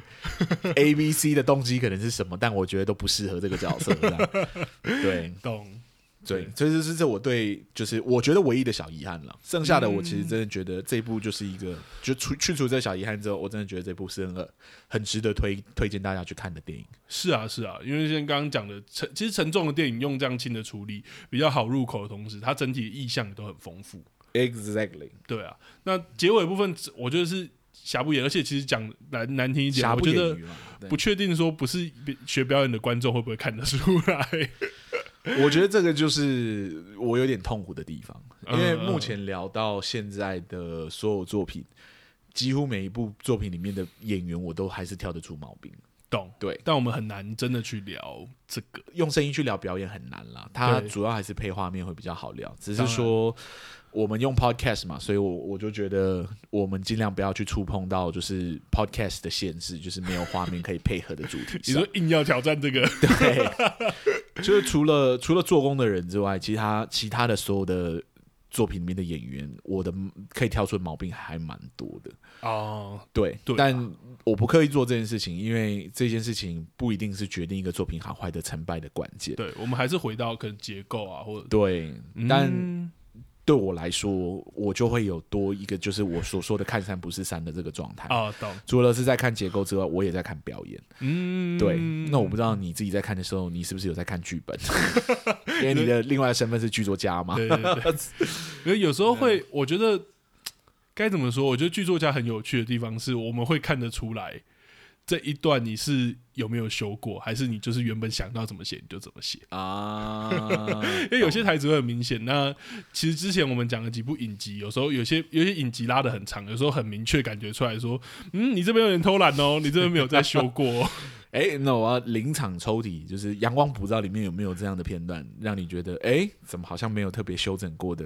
Speaker 2: A、B、C 的动机可能是什么，但我觉得都不适合这个角色。这 样对
Speaker 1: 懂，
Speaker 2: 对，所以这是这我对就是我觉得唯一的小遗憾了。剩下的我其实真的觉得这一部就是一个，就除去除这小遗憾之后，我真的觉得这部是很很值得推推荐大家去看的电影。
Speaker 1: 是啊，是啊，因为像刚刚讲的沉，其实沉重的电影用这样轻的处理比较好入口的同时，它整体的意象也都很丰富。
Speaker 2: Exactly，
Speaker 1: 对啊，那结尾部分我觉得是瑕不掩，而且其实讲难难听一点，
Speaker 2: 瑕
Speaker 1: 我
Speaker 2: 不
Speaker 1: 觉
Speaker 2: 掩
Speaker 1: 得
Speaker 2: 瑜嘛。对
Speaker 1: 不确定说不是学表演的观众会不会看得出来。
Speaker 2: 我觉得这个就是我有点痛苦的地方，
Speaker 1: 嗯
Speaker 2: 因为目前聊到现在的所有作品，几乎每一部作品里面的演员，我都还是挑得出毛病。
Speaker 1: 懂，
Speaker 2: 对，
Speaker 1: 但我们很难真的去聊这个。
Speaker 2: 用声音去聊表演很难啦，它
Speaker 1: 对
Speaker 2: 主要还是配画面会比较好聊。只
Speaker 1: 当
Speaker 2: 是
Speaker 1: 然
Speaker 2: 说我们用 podcast 嘛，所以我我就觉得我们尽量不要去触碰到就是 podcast 的限制，就是没有画面可以配合的主题
Speaker 1: 你
Speaker 2: 上
Speaker 1: 说。硬要挑战这 个，
Speaker 2: 对， 就是除了除了做工的人之外，其他其他的所有的作品里面的演员，我的可以挑出的毛病还蛮多的。
Speaker 1: 哦，
Speaker 2: 对，
Speaker 1: 对啊
Speaker 2: 但我不刻意做这件事情，因为这件事情不一定是决定一个作品好坏的成败的关键。
Speaker 1: 对，我们还是回到可能结构啊，或者，
Speaker 2: 对，但
Speaker 1: 嗯
Speaker 2: 对我来说，我就会有多一个就是我所说的看山不是山的这个状态。
Speaker 1: 啊，懂，
Speaker 2: 除了是在看结构之外，我也在看表演。
Speaker 1: 嗯，
Speaker 2: 对，那我不知道你自己在看的时候，你是不是有在看剧 本？因为你的另外的身份是剧作家嘛。
Speaker 1: 对对 对，因为有时候会，我觉得该怎么说？我觉得剧作家很有趣的地方是，我们会看得出来这一段你是有没有修过，还是你就是原本想到怎么写你就怎么写。
Speaker 2: 啊，
Speaker 1: 因为有些台词会很明显。那其实之前我们讲了几部影集，有时候有些有些影集拉的很长，有时候很明确感觉出来说，嗯，你这边有点偷懒哦，你这边没有在修过哦、
Speaker 2: 哎，那我要临场抽题，就是《阳光普照》里面有没有这样的片段，让你觉得哎，怎么好像没有特别修整过的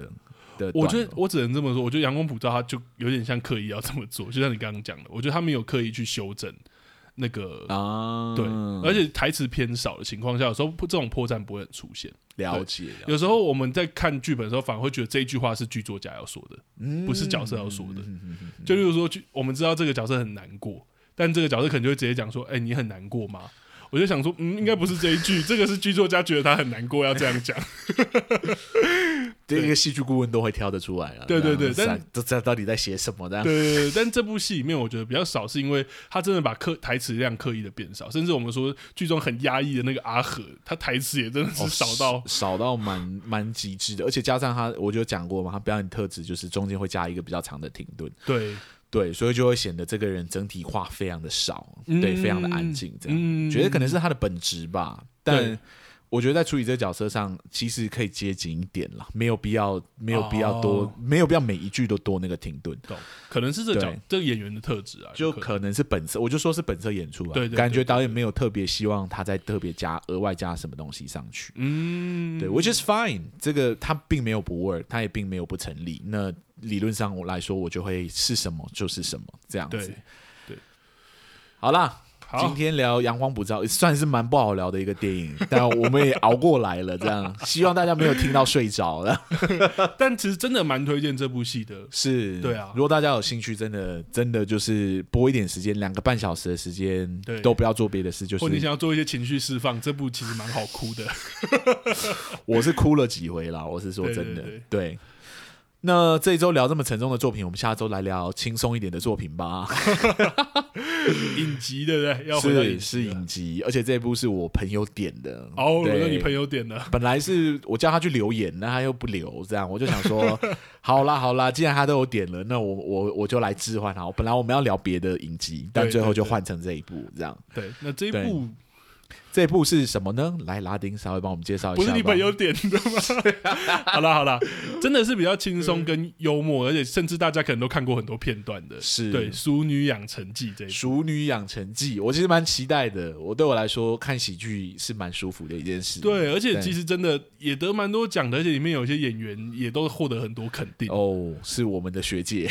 Speaker 2: 的段落？
Speaker 1: 我觉得我只能这么说，我觉得阳光普照它就有点像刻意要这么做，就像你刚刚讲的，我觉得他没有刻意去修正那个。
Speaker 2: 啊，
Speaker 1: 对，而且台词偏少的情况下，有时候这种破绽不会很出现。
Speaker 2: 了解，了解
Speaker 1: 有时候我们在看剧本的时候，反而会觉得这一句话是剧作家要说的，
Speaker 2: 嗯
Speaker 1: 不是角色要说的。就例如说，剧我们知道这个角色很难过，但这个角色可能就会直接讲说：“哎、你很难过吗？”我就想说，嗯，应该不是这一句，这个是剧作家觉得他很难过要这样 讲。
Speaker 2: 这个戏剧顾问都会挑得出来啊。
Speaker 1: 对对对
Speaker 2: 这样
Speaker 1: 但
Speaker 2: 这这到底在写什么？这样
Speaker 1: 对对对，但这部戏里面我觉得比较少，是因为他真的把刻台词量刻意的变少，甚至我们说剧中很压抑的那个阿和，他台词也真的是
Speaker 2: 哦
Speaker 1: 少到、
Speaker 2: 少到蛮蛮极致的，而且加上他，我就讲过嘛，他表演特质就是中间会加一个比较长的停顿，
Speaker 1: 对，
Speaker 2: 对，所以就会显得这个人整体话非常的少，
Speaker 1: 嗯
Speaker 2: 对，非常的安静，这样、
Speaker 1: 嗯
Speaker 2: 觉得可能是他的本质吧，
Speaker 1: 对
Speaker 2: 但。我觉得在处理这个角色上，其实可以接近一点了，没有必要，没有必要多，
Speaker 1: 哦
Speaker 2: 没有必要每一句都多那个停顿，
Speaker 1: 懂，可能是这角
Speaker 2: 对
Speaker 1: 这个演员的特质啊，
Speaker 2: 就
Speaker 1: 有能
Speaker 2: 可能是本色，我就说是本色演出啊，
Speaker 1: 对对对
Speaker 2: 感
Speaker 1: 对
Speaker 2: 觉导演没有特别希望他再特别加额外加什么东西上去，
Speaker 1: 嗯，
Speaker 2: 对，which is fine，这个它并没有不 work，它也并没有不成立。那理论上我来说，我就会是什么就是什么这样子
Speaker 1: 对。
Speaker 2: 好啦，今
Speaker 1: 好，
Speaker 2: 天聊《阳光普照》算是蛮不好聊的一个 电影，但我们也熬过来了。这样，希望大家没有听到睡着了。
Speaker 1: 但其实真的蛮推荐这部戏的，
Speaker 2: 是，
Speaker 1: 对啊
Speaker 2: 如果大家有兴趣，真的真的就是拨一点时间，两个半小时的时间
Speaker 1: 对，
Speaker 2: 都不要做别的事，就
Speaker 1: 或你
Speaker 2: 是
Speaker 1: 想要做一些情绪释放，这部其实蛮好哭 的。
Speaker 2: 我是哭了几回啦，我是说
Speaker 1: 对
Speaker 2: 真的，
Speaker 1: 对对
Speaker 2: 对那这一周聊这么沉重的作品，我们下周来聊轻松一点的作品吧。
Speaker 1: 影集对不对？ 要回到影
Speaker 2: 是
Speaker 1: 集啊
Speaker 2: 是
Speaker 1: 了
Speaker 2: 影集，而且这部是我朋友点的。
Speaker 1: 哦，轮到
Speaker 2: 对
Speaker 1: 你朋友点了，
Speaker 2: 本来是我叫他去留言，那他又不留，这样我就想说，好啦好啦，既然他都有点了，那我我我就来置换好。本来我们要聊别的影集，但
Speaker 1: 对
Speaker 2: 最后
Speaker 1: 对
Speaker 2: 就
Speaker 1: 对
Speaker 2: 换成这一部，这样
Speaker 1: 对，那这一
Speaker 2: 对
Speaker 1: 部
Speaker 2: 这一部是什么呢？来，拉丁稍微帮我们介绍一下
Speaker 1: 不
Speaker 2: 吧。
Speaker 1: 是你朋友点的吗？ 好啦好啦，真的是比较轻松跟幽默，而且甚至大家可能都看过很多片段的，
Speaker 2: 嗯是
Speaker 1: 对《淑女养成记》这一
Speaker 2: 《
Speaker 1: 部。
Speaker 2: 熟女养成记》，我其实蛮期待的。我对我来说，看喜剧是蛮舒服的一件事。
Speaker 1: 对，而且
Speaker 2: 对
Speaker 1: 其实真的也得蛮多奖的，而且里面有一些演员也都获得很多肯定。
Speaker 2: 哦，是我们的学姐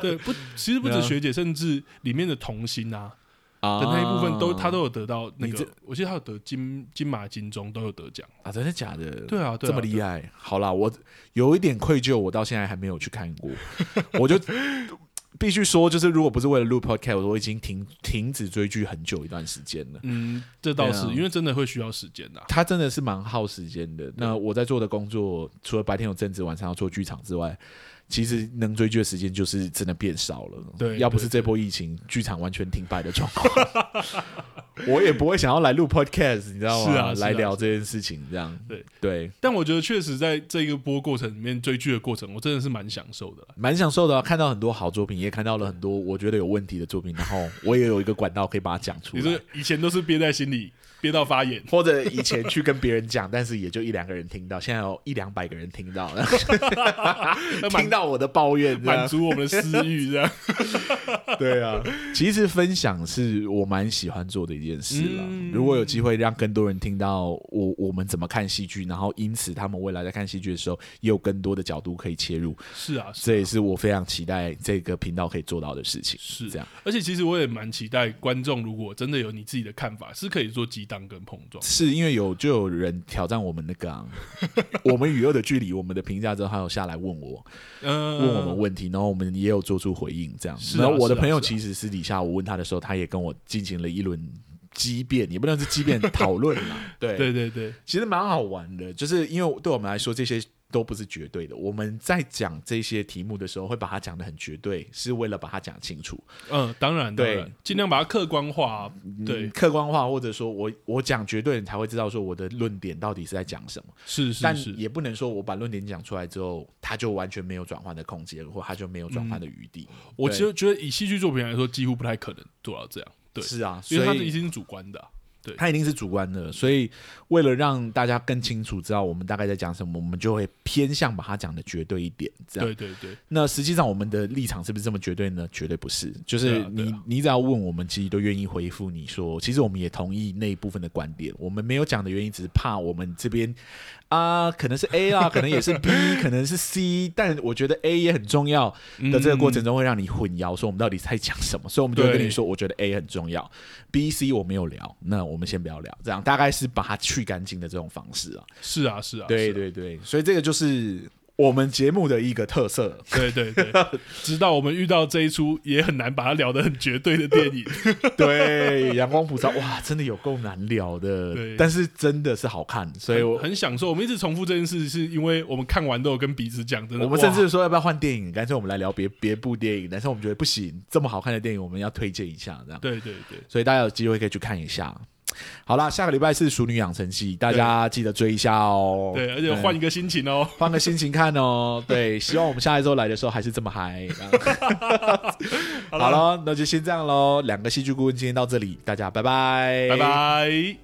Speaker 1: 对，不，其实不止
Speaker 2: 对啊
Speaker 1: 学姐，甚至里面的童星啊
Speaker 2: 啊
Speaker 1: 的那一部分都，他都有得到那
Speaker 2: 你这
Speaker 1: 个，我记得他有得金金马金钟都有得奖。
Speaker 2: 啊，真的假的？对
Speaker 1: 对啊，对啊
Speaker 2: 这么厉害。好啦，我有一点愧疚，我到现在还没有去看 过，我就。必须说，就是如果不是为了录 podcast，我已经停停止追剧很久一段时间了。
Speaker 1: 嗯，这倒是、
Speaker 2: 对啊
Speaker 1: 因为真的会需要时间啊的、
Speaker 2: 它真的是蛮耗时间的。那我在做的工作，除了白天有正职，晚上要做剧场之外，其实能追剧的时间就是真的变少了。
Speaker 1: 对
Speaker 2: 要不
Speaker 1: 对
Speaker 2: 是这波疫情，剧场完全停摆的状况， 我也不会想要来录 podcast，你知道吗？
Speaker 1: 是啊是啊啊
Speaker 2: 来聊这件事情，这样
Speaker 1: 对
Speaker 2: 对，
Speaker 1: 但我觉得确实在这一波过程里面追剧的过程，我真的是蛮享受的啦。
Speaker 2: 蛮享受的啊、看到很多好作品，也看到了很多我觉得有问题的作品，然后我也有一个管道可以把它讲出
Speaker 1: 你
Speaker 2: 来
Speaker 1: 说。以前都是憋在心里，憋到发炎，
Speaker 2: 或者以前去跟别人讲，但是也就一两个人听到，现在有一两百个人听 到，然后 听到我的抱怨，这样
Speaker 1: 满足我们的私欲， 这样。
Speaker 2: 对啊，其实分享是我蛮喜欢做的一件事啦。
Speaker 1: 嗯
Speaker 2: 如果有机会让更多人听到我我们怎么看戏剧，然后因此他们未来在看戏剧的时候，也有更多的角度可以切入，
Speaker 1: 是啊，是
Speaker 2: 这也是我非常期待这个频道可以做到的事情。
Speaker 1: 是
Speaker 2: 这样，
Speaker 1: 而且其实我也蛮期待观众，如果真的有你自己的看法，是可以做激荡跟碰撞。
Speaker 2: 是因为有就有人挑战我们那个、 啊、我们与恶的距离，我们的评价之后，他有下来问我
Speaker 1: 嗯、
Speaker 2: 问我们问题，然后我们也有做出回应，这样。
Speaker 1: 是啊
Speaker 2: 然后我的
Speaker 1: 是啊
Speaker 2: 朋友
Speaker 1: 是啊
Speaker 2: 其实私底下我问他的时候，他也跟我进行了一轮激辩，也不能是激辩讨论 啦，对
Speaker 1: 对对对，
Speaker 2: 其实蛮好玩的，就是因为对我们来说，这些都不是绝对的。我们在讲这些题目的时候，会把它讲的很绝对，是为了把它讲清楚，
Speaker 1: 嗯、当然，当
Speaker 2: 对
Speaker 1: 然，尽量把它客观化。啊对
Speaker 2: 嗯，客观化，或者说我我讲绝对，你才会知道说我的论点到底是在讲什么。
Speaker 1: 是是
Speaker 2: 但
Speaker 1: 是，
Speaker 2: 也不能说我把论点讲出来之后，它就完全没有转换的空间，或它就没有转
Speaker 1: 嗯
Speaker 2: 换的余地。
Speaker 1: 我
Speaker 2: 对
Speaker 1: 其实觉得以戏剧作品来说，几乎不太可能做到这样。对，
Speaker 2: 是啊，所
Speaker 1: 因为它是一
Speaker 2: 以。
Speaker 1: 定是主观的啊、对
Speaker 2: 它一定是主观的，所以为了让大家更清楚知道我们大概在讲什么，我们就会偏向把它讲的绝对啊一点，这样。
Speaker 1: 对对对，
Speaker 2: 那实际上我们的立场是不是这么绝对呢？绝对不是，就是
Speaker 1: 对啊
Speaker 2: 你、
Speaker 1: 对啊
Speaker 2: 你只要问我们，其实都愿意回复你说，其实我们也同意那一部分的观点，我们没有讲的原因只是怕我们这边啊、可能是 A 啊，可能 也是 B，可能是 C，但我觉得 A 也很重要的这个过程中会让你混淆，说我们到底在讲什么，所以我们就会
Speaker 1: 对
Speaker 2: 跟你说，我觉得 A 很重要，B、C 我没有聊，那我们先不要聊，这样大概是把它去干净的这种方式啊。
Speaker 1: 是啊是啊，
Speaker 2: 对
Speaker 1: 是啊
Speaker 2: 对对，所以这个就是我们节目的一个特色。
Speaker 1: 对对对，直到我们遇到这一出也很难把它聊得很绝对的电影，
Speaker 2: 对，《阳光普照》哇，真的有够难聊的
Speaker 1: 对，
Speaker 2: 但是真的是好看，所以我
Speaker 1: 很享受。我们一直重复这件事，是因为我们看完都有跟彼此讲，真的，
Speaker 2: 我们甚
Speaker 1: 哇
Speaker 2: 至说要不要换电影，干脆我们来聊别别部电影，但是我们觉得不行，这么好看的电影我们要推荐一下，这样，
Speaker 1: 对对对，
Speaker 2: 所以大家有机会可以去看一下。好啦，下个礼拜是《熟女养成记》，大家记得追一下哦。
Speaker 1: 对，而且换一个心情哦。
Speaker 2: 换个心情 看哦。对，希望我们下一周来的时候还是这么嗨。好了，那就先这样喽。两个戏剧顾问今天到这里，大家拜拜，
Speaker 1: 拜拜。